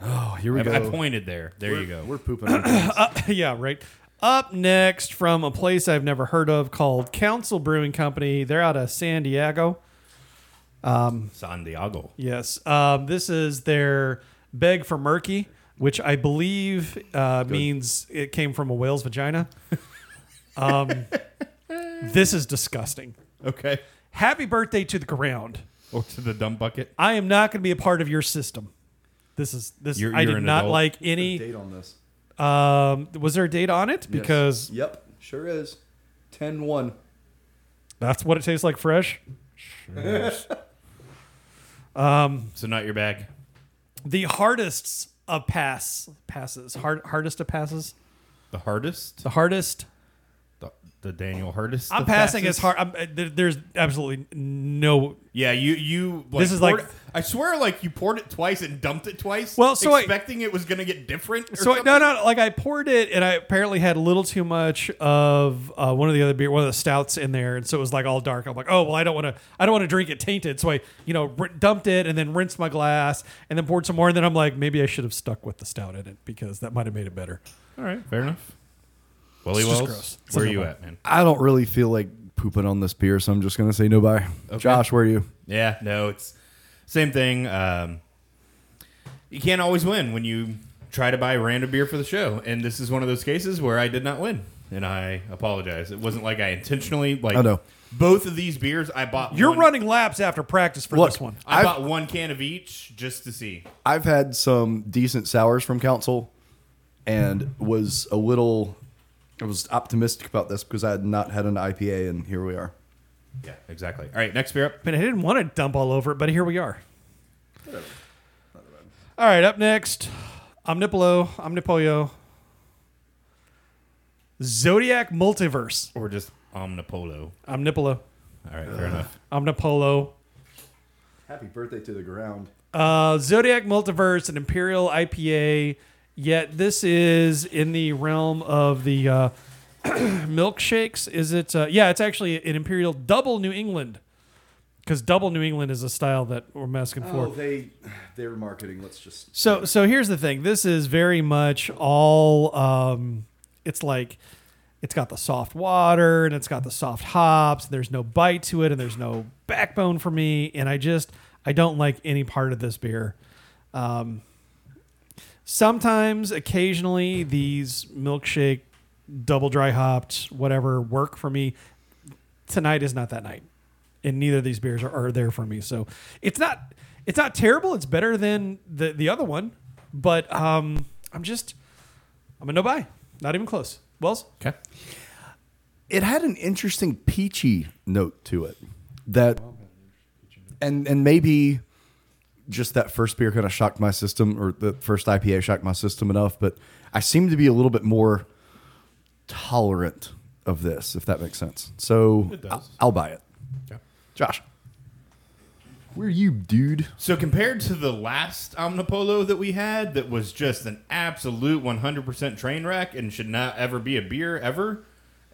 S3: Oh, here we
S1: I,
S3: go.
S1: I pointed there. There you go.
S3: We're pooping. on things.
S2: yeah, right. Up next from a place I've never heard of called Council Brewing Company. They're out of San Diego.
S1: San Diego.
S2: Yes. Um, this is their beg for murky, which I believe uh, means it came from a whale's vagina. um, this is disgusting.
S1: Okay.
S2: Happy birthday to the ground.
S1: Or to the dumb bucket.
S2: I am not going to be a part of your system. This is this.
S1: You're-
S2: I
S1: you're
S2: did
S1: an
S2: not
S1: adult.
S2: like any.
S3: Date on this
S2: Um, was there a date on it?
S3: Yes.
S2: Because
S3: Yep, sure is. 10-1.
S2: that's what it tastes like fresh.
S1: So not your bag.
S2: The hardest of pass passes. Hard hardest of passes.
S1: The hardest.
S2: The hardest
S1: The, the Daniel hardest.
S2: I'm
S1: of
S2: passing
S1: passes?
S2: as hard. I'm, uh, there- there's absolutely no.
S1: Yeah, you you. Like,
S2: This is like-
S1: poured- I swear, like you poured it twice and dumped it twice.
S2: Well, so I-
S1: expecting it was gonna get different. Or
S2: So I,
S1: something?
S2: no, no. Like I poured it, and I apparently had a little too much of uh, one of the other beer, one of the stouts in there, and so it was like all dark. I'm like, oh well, I don't want to. I don't want to drink it tainted. So I, you know, r- dumped it and then rinsed my glass and then poured some more. And then I'm like, maybe I should have stuck with the stout in it because that might have made it better.
S1: All right, fair enough. Willie
S2: just
S1: Wells,
S2: gross. It's
S1: where are
S2: like
S1: you
S2: a-
S1: at, man?
S3: I don't really feel like pooping on this beer, so I'm just gonna say no bye. Josh, where are you?
S1: Yeah, no, it's same thing. Um, you can't always win when you try to buy random beer for the show, and this is one of those cases where I did not win, and I apologize. It wasn't like I intentionally like.
S3: I know.
S1: Both of these beers, I bought.
S2: You're
S1: one-
S2: running laps after practice for
S3: Look,
S2: this one.
S1: I
S3: I've-
S1: bought one can of each just to see.
S3: I've had some decent sours from Council, and was a little. I was optimistic about this because I had not had an IPA, and here we are.
S1: Yeah, exactly. All right, next beer up.
S2: I mean, I didn't want to dump all over it, but here we are. All right, up next, Omnipolo, Omnipollo, Zodiac Multiverse,
S1: Or just Omnipolo.
S2: Omnipolo,
S1: All right, fair enough.
S2: Omnipolo,
S3: Happy birthday to the ground.
S2: uh, Zodiac Multiverse, an Imperial IPA. Yet this is in the realm of the uh, milkshakes. Is it? Uh, yeah, it's actually an Imperial Double New England, because Double New England is a style that we're masking for.
S3: Oh, they, their marketing. Let's just
S2: So so here's the thing. This is very much all um it's like it's got the soft water and it's got the soft hops. There's no bite to it and there's no backbone for me and I just I don't like any part of this beer. Um sometimes occasionally these milkshake double dry hopped whatever work for me. Tonight is not that night and neither of these beers are, are there for me. So it's not it's not terrible. It's better than the the other one, but um, I'm just I'm a no buy. Not even close. Wells,
S1: Okay.
S3: it had an interesting peachy note to it that and and maybe just that first beer kind of shocked my system or the first IPA shocked my system enough but I seem to be a little bit more tolerant of this if that makes sense so
S1: It does.
S3: I'll, I'll buy it Josh where you dude
S1: So compared to the last Omnipolo that we had, that was just an absolute 100% train wreck and should not ever be a beer ever,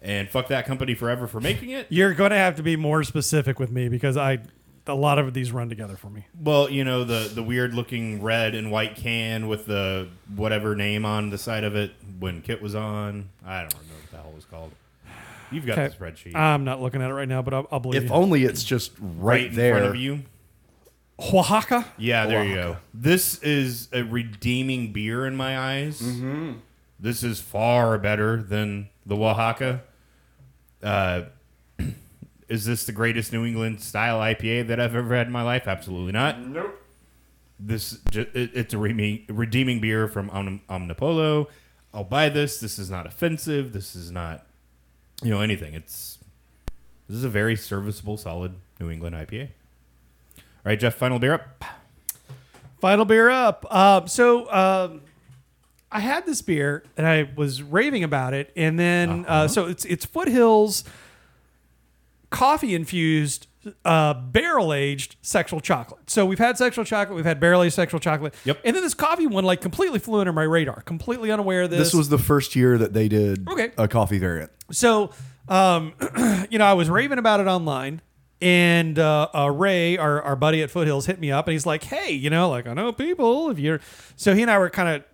S1: and fuck that company forever for making it.
S2: you're going to have to be more specific with me because I a lot of these run together for me.
S1: Well, you know the the weird looking red and white can with the whatever name on the side of it when Kit was on. I don't remember what the hell it was called. You've got
S2: Okay. Uh,
S1: the spreadsheet
S2: I'm not looking at it right now, but I'll, I'll believe
S3: if
S2: you.
S3: only it's just right,
S1: right in
S3: there
S1: front of you.
S2: Oaxaca.
S1: Yeah, there you go. This is a redeeming beer in my eyes. This is far obetter than the Oaxaca. Uh, is this the greatest New England style IPA that I've ever had in my life? Absolutely not. Nope. This ju- it- it's a reme- redeeming beer from Om- Omnipolo. I'll buy this. This is not offensive. This is not, you know, anything. It's this is a very serviceable, solid New England IPA. All right, Jeff. Final beer up.
S2: Final beer up. Um, so um, I had this beer and I was raving about it, and then uh so it's it's Foothills coffee infused uh, barrel aged sexual chocolate. So we've had sexual chocolate, we've had barrel aged sexual chocolate,
S1: Yep.
S2: and then this coffee one like completely flew under my radar, completely unaware of this.
S3: This was the first year that they did
S2: Okay.
S3: a coffee variant.
S2: So, um, you know, I was raving about it online, and uh, uh, Ray, our, our buddy at Foothills, hit me up, and he's like, "Hey, you know, like I know people. If you're," so he and I were kind of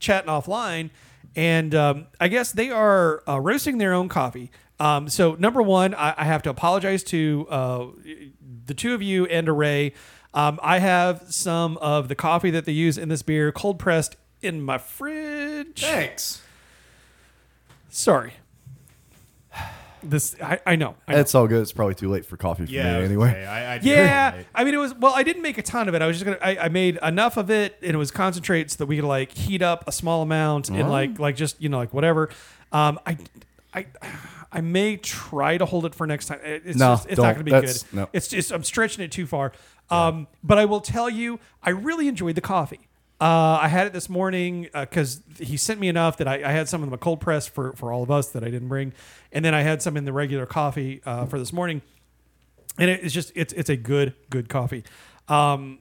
S2: chatting offline, and um, I guess they are uh, roasting their own coffee. Um, so number one, I, I have to apologize to uh, the two of you and to Ray. Um, I have some of the coffee that they use in this beer, cold pressed in my fridge.
S3: Thanks.
S2: Sorry. This I, I know. I know.
S3: That's all good. It's probably too late for coffee for me anyway.
S1: I, I
S2: Yeah, I mean it was well. I didn't make a ton of it. I was just gonna. I, I made enough of it, and it was concentrates that we could like heat up a small amount and like like just you know like whatever. Um, I, I, I may try to hold it for next time. It- It's
S3: No,
S2: just, it's
S3: don't.
S2: not gonna be
S3: That's-
S2: good.
S3: no.
S2: It's just I'm stretching it too far. Um, but I will tell you, I really enjoyed the coffee. Uh, I had it this morning because he sent me enough that I, I had some of them cold press for for all of us that I didn't bring, and then I had some in the regular coffee uh, for this morning and it- it's just it's it's a good good coffee. Um,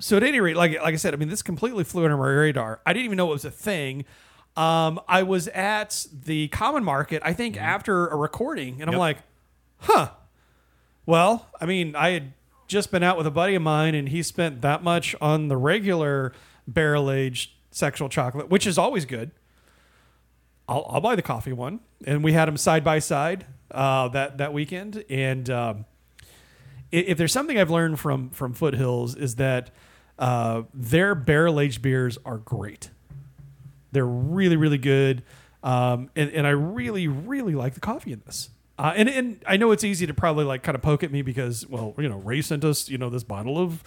S2: so at any rate, like like I said, I mean this completely flew under my radar. I didn't even know it was a thing. Um, I was at the Common Market, I think,
S3: Mm-hmm.
S2: after a recording, and I'm
S1: Yep.
S2: like, huh. Well, I mean, I had just been out with a buddy of mine, and he spent that much on the regular barrel aged sexual chocolate, which is always good. I'll, I'll buy the coffee one. And we had them side by side uh, that that weekend. And um, i- if there's something I've learned from from Foothills is that uh, their barrel aged beers are great. They're really really good, um, and and I really really like the coffee in this. Uh, and and I know it's easy to probably like kind of poke at me because well you know Ray sent us you know this bottle of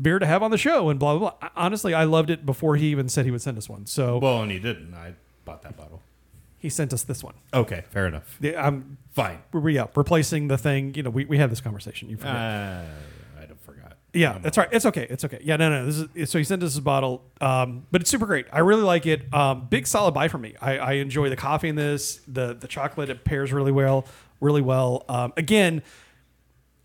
S2: beer to have on the show and blah blah blah. I- Honestly, I loved it before he even said he would send us one. So
S1: Well, and he didn't. I bought that bottle.
S2: he sent us this one.
S1: Okay, fair enough.
S2: Yeah, I'm
S1: Fine.
S2: we're re up replacing the thing. You know, we, we had this conversation. You
S1: Uh,
S2: forget.
S1: I forgot.
S2: yeah, that's right. It's okay. It's okay. Yeah, no, no. This is so he sent us this bottle, um, but it's super great. I really like it. Um, big solid buy for me. I, I enjoy the coffee in this. The the chocolate it pairs really well, really well. Um, again,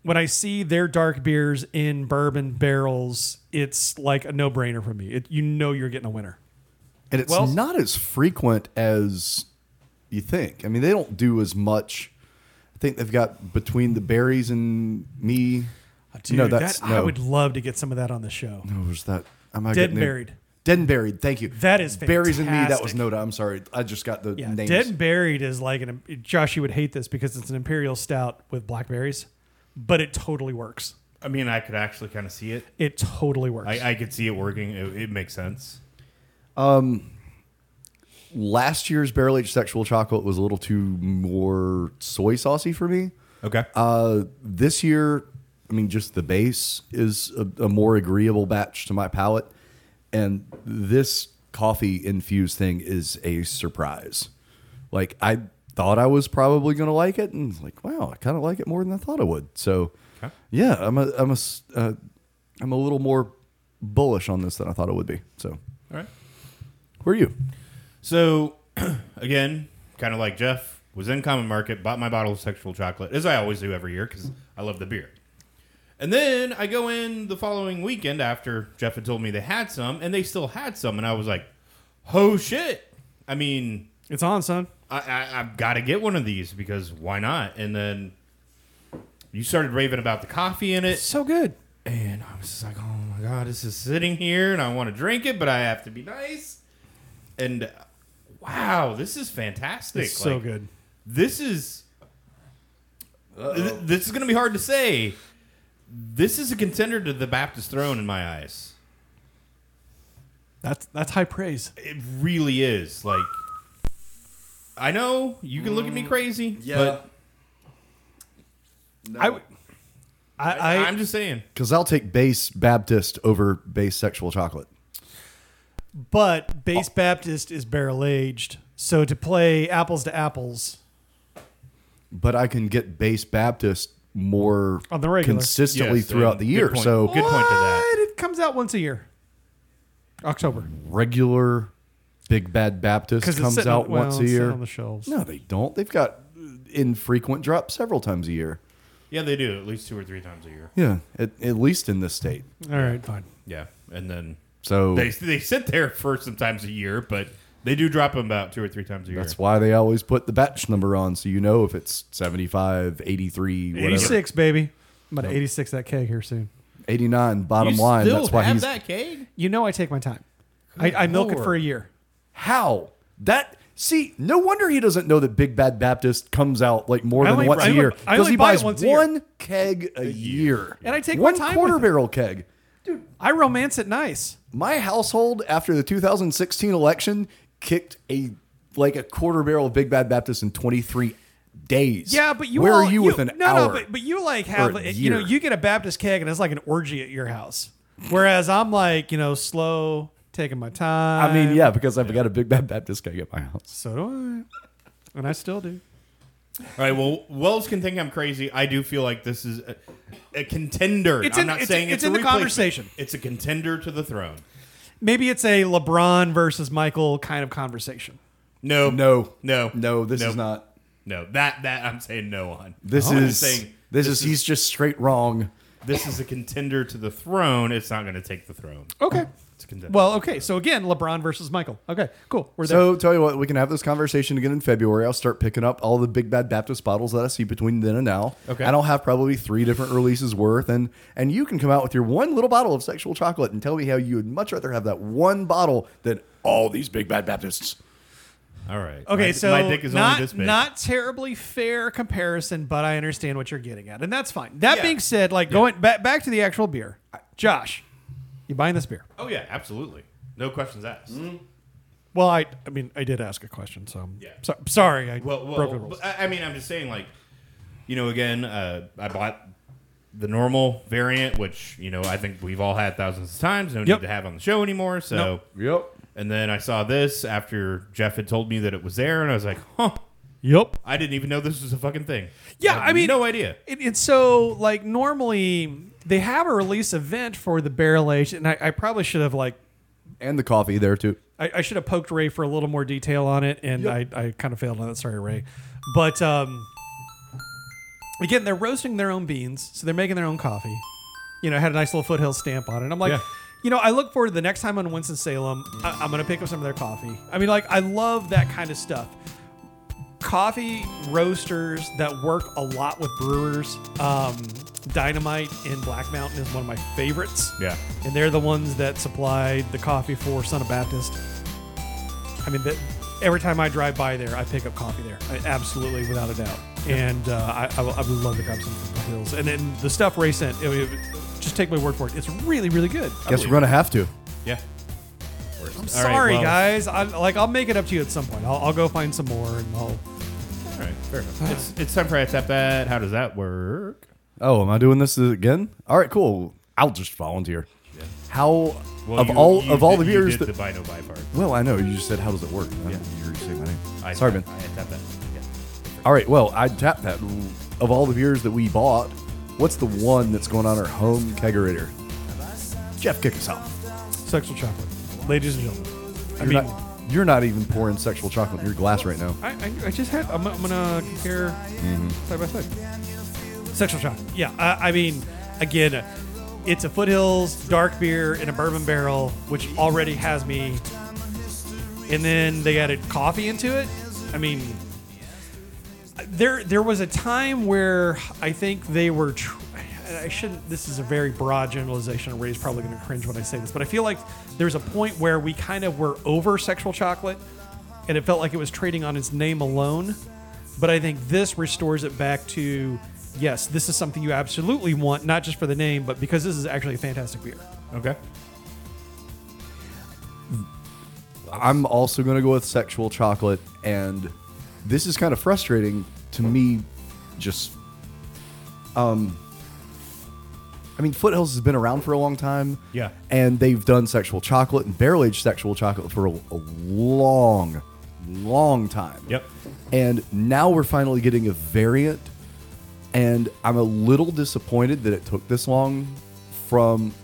S2: when I see their dark beers in bourbon barrels, it's like a no brainer for me. It, you know, you're getting a winner.
S3: And it's
S2: Well-
S3: not as frequent as you think. I mean, they don't do as much. I think they've got between the berries and me.
S2: Uh, Dude,
S3: no, that's
S2: that,
S3: no.
S2: I would love to get some of that on the show.
S3: No, was that? Am I
S2: Dead
S3: getting
S2: and
S3: it?
S2: Buried.
S3: Dead and buried. Thank you.
S2: That is
S3: berries and me. That was
S2: fantastic.
S3: Noda. I'm sorry. I just got the
S2: Yeah,
S3: names.
S2: dead and buried is like an Josh. You would hate this because it's an imperial stout with blackberries, but it totally works.
S1: I mean, I could actually kind of see it.
S2: It totally works.
S1: I, I could see it working. It, it makes sense.
S3: Last year's barrel aged sexual chocolate was a little too more soy saucy for me.
S1: Okay.
S3: Uh, this year, I mean, just the base is a, a more agreeable batch to my palate, and this coffee infused thing is a surprise. Like I thought I was probably going to like it, and like, wow, I kind of like it more than I thought I would. So,
S1: Okay.
S3: yeah, I'm a, I'm a, s- uh, I'm a little more bullish on this than I thought it would be. So,
S1: All right.
S3: who are you?
S1: So, again, kind of like Jeff, was in Common Market, bought my bottle of sexual chocolate, as I always do every year because I love the beer. And then I go in the following weekend after Jeff had told me they had some, and they still had some. And I was like, oh shit. I mean,
S2: it's on, son.
S1: I, I, I've got to get one of these because why not? And then you started raving about the coffee in
S2: It's
S1: it,
S2: so good.
S1: and I was just like, oh my god, this is sitting here, and I want to drink it, but I have to be nice. And uh, wow, this is fantastic!
S2: It's so
S1: Like,
S2: good.
S1: This is th- this is going to be hard to say. This is a contender to the Baptist throne in my eyes.
S2: That's that's high praise.
S1: It really is. Like, I know you can look at me crazy, but
S2: I w- I, I,
S1: I, am just saying.
S3: Because I'll take base Baptist over base sexual chocolate.
S2: but Bass Baptist is barrel aged, so to play apples to apples
S3: But I can get base Baptist more
S2: On the regular.
S3: consistently
S1: Yes,
S3: throughout
S1: and
S3: the
S1: good
S3: year.
S1: point.
S3: So
S1: Good point to that.
S2: But It comes out once a year, October,
S3: regular Big Bad Baptist
S2: because
S3: comes out
S2: well,
S3: once a
S2: it's sitting
S3: year.
S2: on the shelves.
S3: No, they don't. They've got infrequent drops several times a year.
S1: Yeah, they do at least two or three times a year.
S3: Yeah, at, at least in this state.
S2: All right, fine.
S1: Yeah, and then
S3: So
S1: they they sit there for sometimes a year, but they do drop them about two or three times a year.
S3: that's why they always put the batch number on so you know if it's 75, 83, whatever.
S2: 86, baby. I'm about to 86 that keg here soon.
S3: 89, bottom line. that's why he's.
S1: cake.
S2: You know I take my time. I, I milk it for a year.
S3: How? That. See, no wonder he doesn't know that Big Bad Baptist comes out like more
S2: I
S3: than
S2: only-
S3: once
S2: I
S3: a
S2: only-
S3: year
S2: I
S3: because
S2: only
S3: he
S2: buy it
S3: buys
S2: once a year.
S3: one keg a year,
S2: And I take my
S3: one
S2: time
S3: quarter
S2: with it.
S3: barrel keg.
S2: I romance it nice.
S3: My household after the 2016 election kicked a like a quarter barrel of Big Bad Baptist in 23 days.
S2: Yeah, but you
S3: where
S2: all,
S3: are you, with an
S2: no,
S3: hour?
S2: No, but, but you like have
S3: Or a
S2: you know
S3: year.
S2: you get a Baptist keg and it's like an orgy at your house, whereas I'm like you know slow, taking my time.
S3: I mean, yeah, because I've got a Big Bad Baptist keg at my house.
S2: So do I, and I still do.
S1: All right. Well, Wells can think I'm crazy. I do feel like this is a, a contender.
S2: It's
S1: I'm
S2: in-
S1: not
S2: it's-
S1: saying
S2: it's
S1: it's, a
S2: in the
S1: replacement.
S2: conversation.
S1: It's a contender to the throne.
S2: Maybe it's a LeBron versus Michael kind of conversation.
S1: No,
S3: No,
S1: no,
S3: no. This
S1: no,
S3: is not.
S1: No, that that I'm saying no on.
S3: This
S1: I'm
S3: is
S1: just saying
S3: this, is, he's just straight wrong.
S1: this is a contender to the throne. It's not going to take the throne.
S2: Okay.
S1: It's a contender.
S2: Well, okay. So again, LeBron versus Michael. Okay, cool. We're there.
S3: So tell you what, we can have this conversation again in February. I'll start picking up all the Big Bad Baptist bottles that I see between then and now.
S1: Okay.
S3: And I'll have probably three different releases worth, and and you can come out with your one little bottle of sexual chocolate and tell me how you would much rather have that one bottle than all these Big Bad Baptists.
S1: all right.
S2: Okay,
S1: My-
S2: so
S1: my dick is
S2: not,
S1: only this big.
S2: not terribly fair comparison, but I understand what you're getting at, and that's fine. That
S1: Yeah.
S2: being said, like going back back to the actual beer, Josh, you buying this beer?
S1: oh yeah, absolutely. No questions asked.
S2: Well, I I mean I did ask a question, so I'm
S1: Yeah.
S2: so, sorry I
S1: Well, well
S2: broke the rules.
S1: but I I mean, I'm just saying, like, you know, again, uh, I bought the normal variant, which you know I think we've all had thousands of times. No
S2: Yep.
S1: need to have on the show anymore. So,
S3: Yep.
S1: and then I saw this after Jeff had told me that it was there, and I was like, huh,
S2: Yep.
S1: I didn't even know this was a fucking thing.
S2: Yeah,
S1: had
S2: I mean-
S1: no idea.
S2: And, and so, like, normally they have a release event for the barrel age, and I, I probably should have like
S3: And the coffee there too.
S2: I, I should have poked Ray for a little more detail on it, and I, I kind of failed on that. Sorry, Ray. But um, again, they're roasting their own beans, so they're making their own coffee. You know, it had a nice little foothill stamp on it. I'm like,
S1: Yeah.
S2: you know, I look forward to the next time on Winston Salem. I, I'm gonna pick up some of their coffee. I mean, like, I love that kind of stuff. Coffee roasters that work a lot with brewers. Um, Dynamite in Black Mountain is one of my favorites
S1: Yeah.
S2: and they're the ones that supplied the coffee for Son of Baptist. I mean, that every time I drive by there, I pick up coffee there, I, absolutely without a doubt. And uh, I, I, will- I would love to grab some from the hills. And then the stuff Ray sent, it, it- just take my word for it. It's really, really good.
S3: Guess we're gonna have to.
S1: Oh, Yeah.
S2: I'm sorry, guys. I, like, I'll make it up to you at some point. I'll, I'll go find some more, and I'll.
S1: All right, fair enough. it's, it's time for I tap that. How does that work?
S3: Oh, am I doing this again? All right, cool. I'll just volunteer. How
S1: Well,
S3: of
S1: you-
S3: all
S1: you
S3: of all
S1: did-
S3: the
S1: you
S3: beers
S1: did
S3: that
S1: the buy no buy part.
S3: Well, I know you just said how does it work?
S1: Yeah.
S3: I didn't hear you say my name.
S1: I
S3: Sorry,
S1: tap-
S3: Ben.
S1: I tap that. Yeah.
S3: All right, well, I'd tap that. Of all the beers that we bought, what's the one that's going on our home kegerator? Jeff, kick us off.
S2: Sexual chocolate. Ladies and gentlemen. I
S3: You're,
S2: mean,
S3: not, you're not even pouring sexual chocolate in your glass right now.
S2: I, I, I just had. I'm, I'm gonna compare side by side. Mm-hmm. Sexual shock. Yeah, I, I mean, again, it's a foothills dark beer in a bourbon barrel, which already has me. And then they added coffee into it. I mean, there there was a time where I think they were. Tr- I shouldn't. This is a very broad generalization. and Ray's probably going to cringe when I say this, but I feel like there's a point where we kind of were over sexual chocolate, and it felt like it was trading on its name alone. But I think this restores it back to yes, this is something you absolutely want, not just for the name, but because this is actually a fantastic beer.
S1: Okay.
S3: I'm also going to go with sexual chocolate, and this is kind of frustrating to me. Just, um, I mean, Foothills has been around for a long time,
S1: Yeah.
S3: and they've done sexual chocolate and barrel aged sexual chocolate for a, a long, long time.
S1: Yep.
S3: And now we're finally getting a variant, and I'm a little disappointed that it took this long. From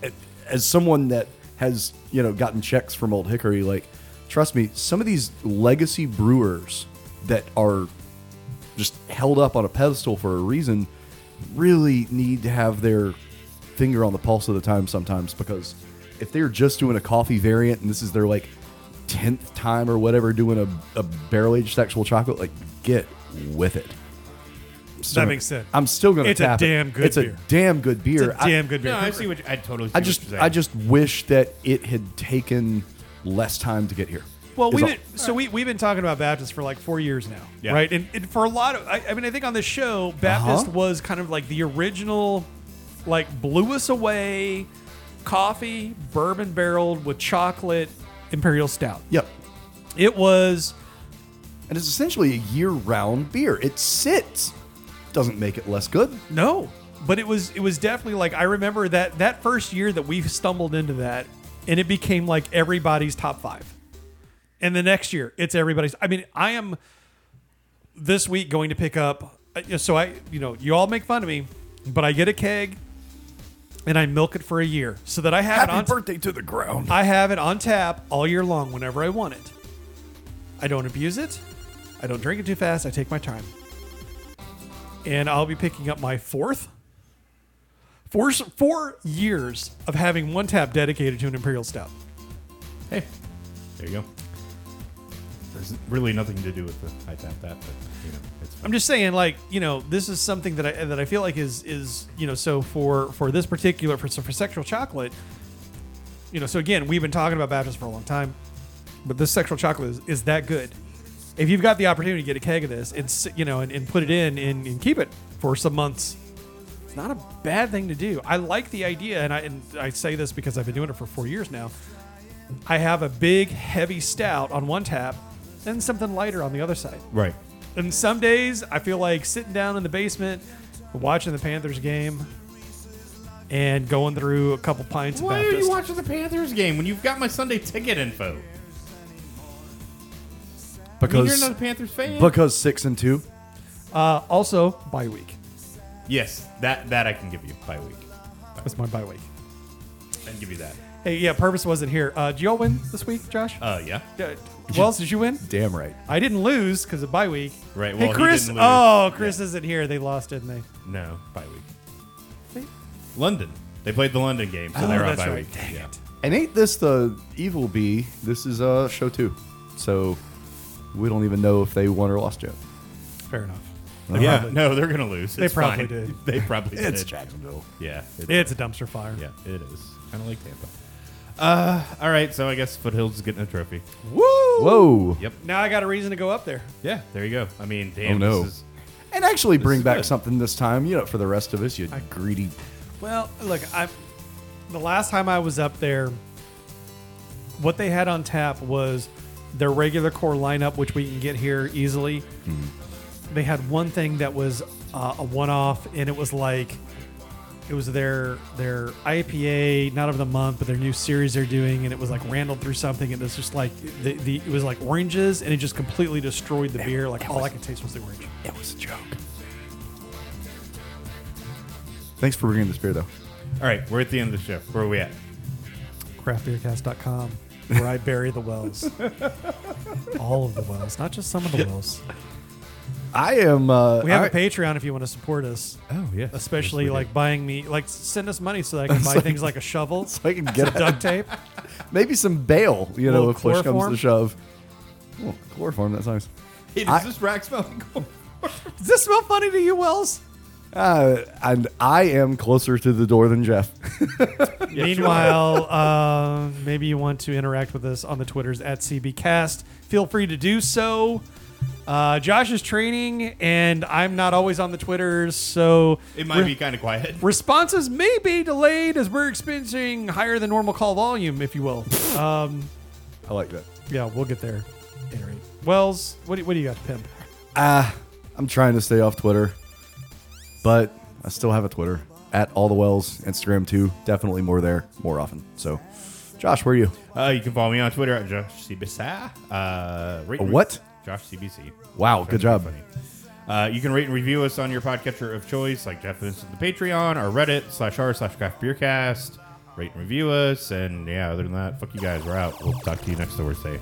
S3: as someone that has you know gotten checks from Old Hickory, like trust me, some of these legacy brewers that are just held up on a pedestal for a reason really need to have their finger on the pulse of the time sometimes because if they're just doing a coffee variant and this is their like 10th time or whatever doing a, a barrel aged sexual chocolate like get with it so
S2: That makes sense.
S3: i'm still gonna
S2: It's a
S3: tap it.
S2: damn good
S3: it's
S2: beer.
S3: a damn good beer
S2: It's a damn good beer.
S1: No, I see what you, I totally. See
S3: I, I
S1: what
S3: just
S1: you're saying.
S3: i just wish that it had taken less time to get here
S2: Well,
S3: Is
S2: we've
S3: all.
S2: been, so we we've been talking about Baptists for like four years now,
S1: Yeah.
S2: right? And, and for a lot of, I, I mean, I think on this show, Baptist
S3: Uh-huh.
S2: was kind of like the original, like blew us away, coffee bourbon barreled with chocolate imperial stout.
S3: yep
S2: It was
S3: and it's essentially a year-round beer. It sits, doesn't make it less good.
S2: No, but it was it was definitely like I remember that that first year that we stumbled into that, and it became like everybody's top five. And the next year, it's everybody's. I mean, I am this week going to pick up. uh, So I, you know, you all make fun of me, but I get a keg, and I milk it for a year so that I have it on.
S3: birthday to the ground.
S2: I have it on tap all year long whenever I want it. I don't abuse it. I don't drink it too fast. I take my time. And I'll be picking up my fourth. Four, four years of having one tap dedicated to an Imperial Stout.
S1: hey, there you go. There's really nothing to do with the I tap that, but you know it's fine.
S2: I'm just saying, like you know, this is something that I that I feel like is is you know, so for for this particular for for sexual chocolate, you know, so again, we've been talking about Baptist for a long time, but this sexual chocolate is, is that good. If you've got the opportunity to get a keg of this and sit- you know and, and put it in and, and keep it for some months, it's not a bad thing to do. I like the idea, and I and I say this because I've been doing it for four years now. I have a big heavy stout on one tap, and something lighter on the other side.
S1: right.
S2: And some days I feel like sitting down in the basement, watching the Panthers game, and going through a couple pints of
S1: Why are
S2: Baptist.
S1: you watching the Panthers game when you've got my Sunday ticket info? I mean, you're
S3: Because
S1: not a Panthers fan.
S3: because six and two.
S2: uh, also, bye week.
S1: yes, that that I can give you by week.
S2: That's my bye week.
S1: I can give you that.
S2: Hey, yeah, Purvis wasn't here. Uh, did you all win this week, Josh?
S1: Uh, yeah.
S2: Uh, Wells, did you win?
S3: Damn right.
S2: I didn't lose because of bye week.
S1: Right,
S2: hey,
S1: well, he
S2: Chris.
S1: didn't lose.
S2: Oh, Chris isn't here. They lost, didn't they?
S1: No, bye week.
S2: They-
S1: London. They played the London game, so
S2: Oh,
S1: they're on
S2: that's
S1: bye
S2: right.
S1: week.
S2: Dang
S1: yeah.
S2: it.
S3: And ain't this the evil bee? This is uh show two, so we don't even know if they won or lost yet.
S2: Fair enough.
S3: Oh,
S1: yeah, no, they're gonna lose.
S2: They
S1: It's
S2: probably
S1: fine.
S2: did.
S1: They probably did.
S3: Jacksonville.
S1: Yeah,
S2: It's a dumpster fire.
S1: yeah, it is kind of like Tampa. Uh, all right, so I guess Foothills is getting a trophy.
S2: Woo!
S3: Whoa.
S1: Yep.
S2: Now I got a reason to go up there.
S1: Yeah, there you go. I mean, damn,
S3: Oh, no.
S1: this is
S3: And actually bring
S1: is
S3: back
S1: good.
S3: something this time, you know, for the rest of us, you greedy.
S2: Well, look, I the last time I was up there, what they had on tap was their regular core lineup, which we can get here easily. They had one thing that was uh, a one-off, and it was like it was their their IPA, not of the month, but their new series they're doing, and it was like Randall through something, and it's just like the, the it was like oranges, and it just completely destroyed the beer. Like all I could taste was the orange.
S3: It was a joke. Thanks for bringing this beer, though.
S1: all right. We're at the end of the show. Where are we at?
S2: craftbeercast.com where I bury the wells. All of the wells, not just some of the wells.
S3: I am. Uh,
S2: We have
S3: I-
S2: a Patreon if you want to support us.
S1: Oh yeah,
S2: Especially like buying me, like send us money so that I can buy things like a shovel,
S3: so I can get a
S2: duct tape.
S3: maybe some bail, you know,
S2: Little
S3: if push comes
S2: chloroform?
S3: to shove. Well, chloroform, that's nice.
S1: Hey, does
S3: I-
S1: this rack smell like corn?
S2: Does this smell funny to you, Wells?
S3: Uh, and I am closer to the door than Jeff.
S2: Meanwhile, uh, maybe you want to interact with us on the Twitters at CBcast. Feel free to do so. Uh, Josh is training, and I'm not always on the Twitters, so
S1: It might be kind of quiet.
S2: Responses may be delayed as we're experiencing higher than normal call volume, if you will. Um,
S3: I like that.
S2: Yeah, we'll get there. At any rate. Wells, what do, what do you got, Pimp?
S3: I'm trying to stay off Twitter, but I still have a Twitter at all the wells, Instagram too. Definitely more there, more often. So, Josh, where are you?
S1: Uh, you can follow me on Twitter at Josh CBC. Uh, rate
S3: A
S1: and re-
S3: what?
S1: Josh CBC.
S3: Wow, good job.
S1: Funny. Uh, you can rate and review us on your podcatcher of choice, like Jeff Vincent, the Patreon, or Reddit slash r slash craft beer cast. Rate and review us, and yeah, other than that, fuck you guys. We're out. We'll talk to you next Thursday.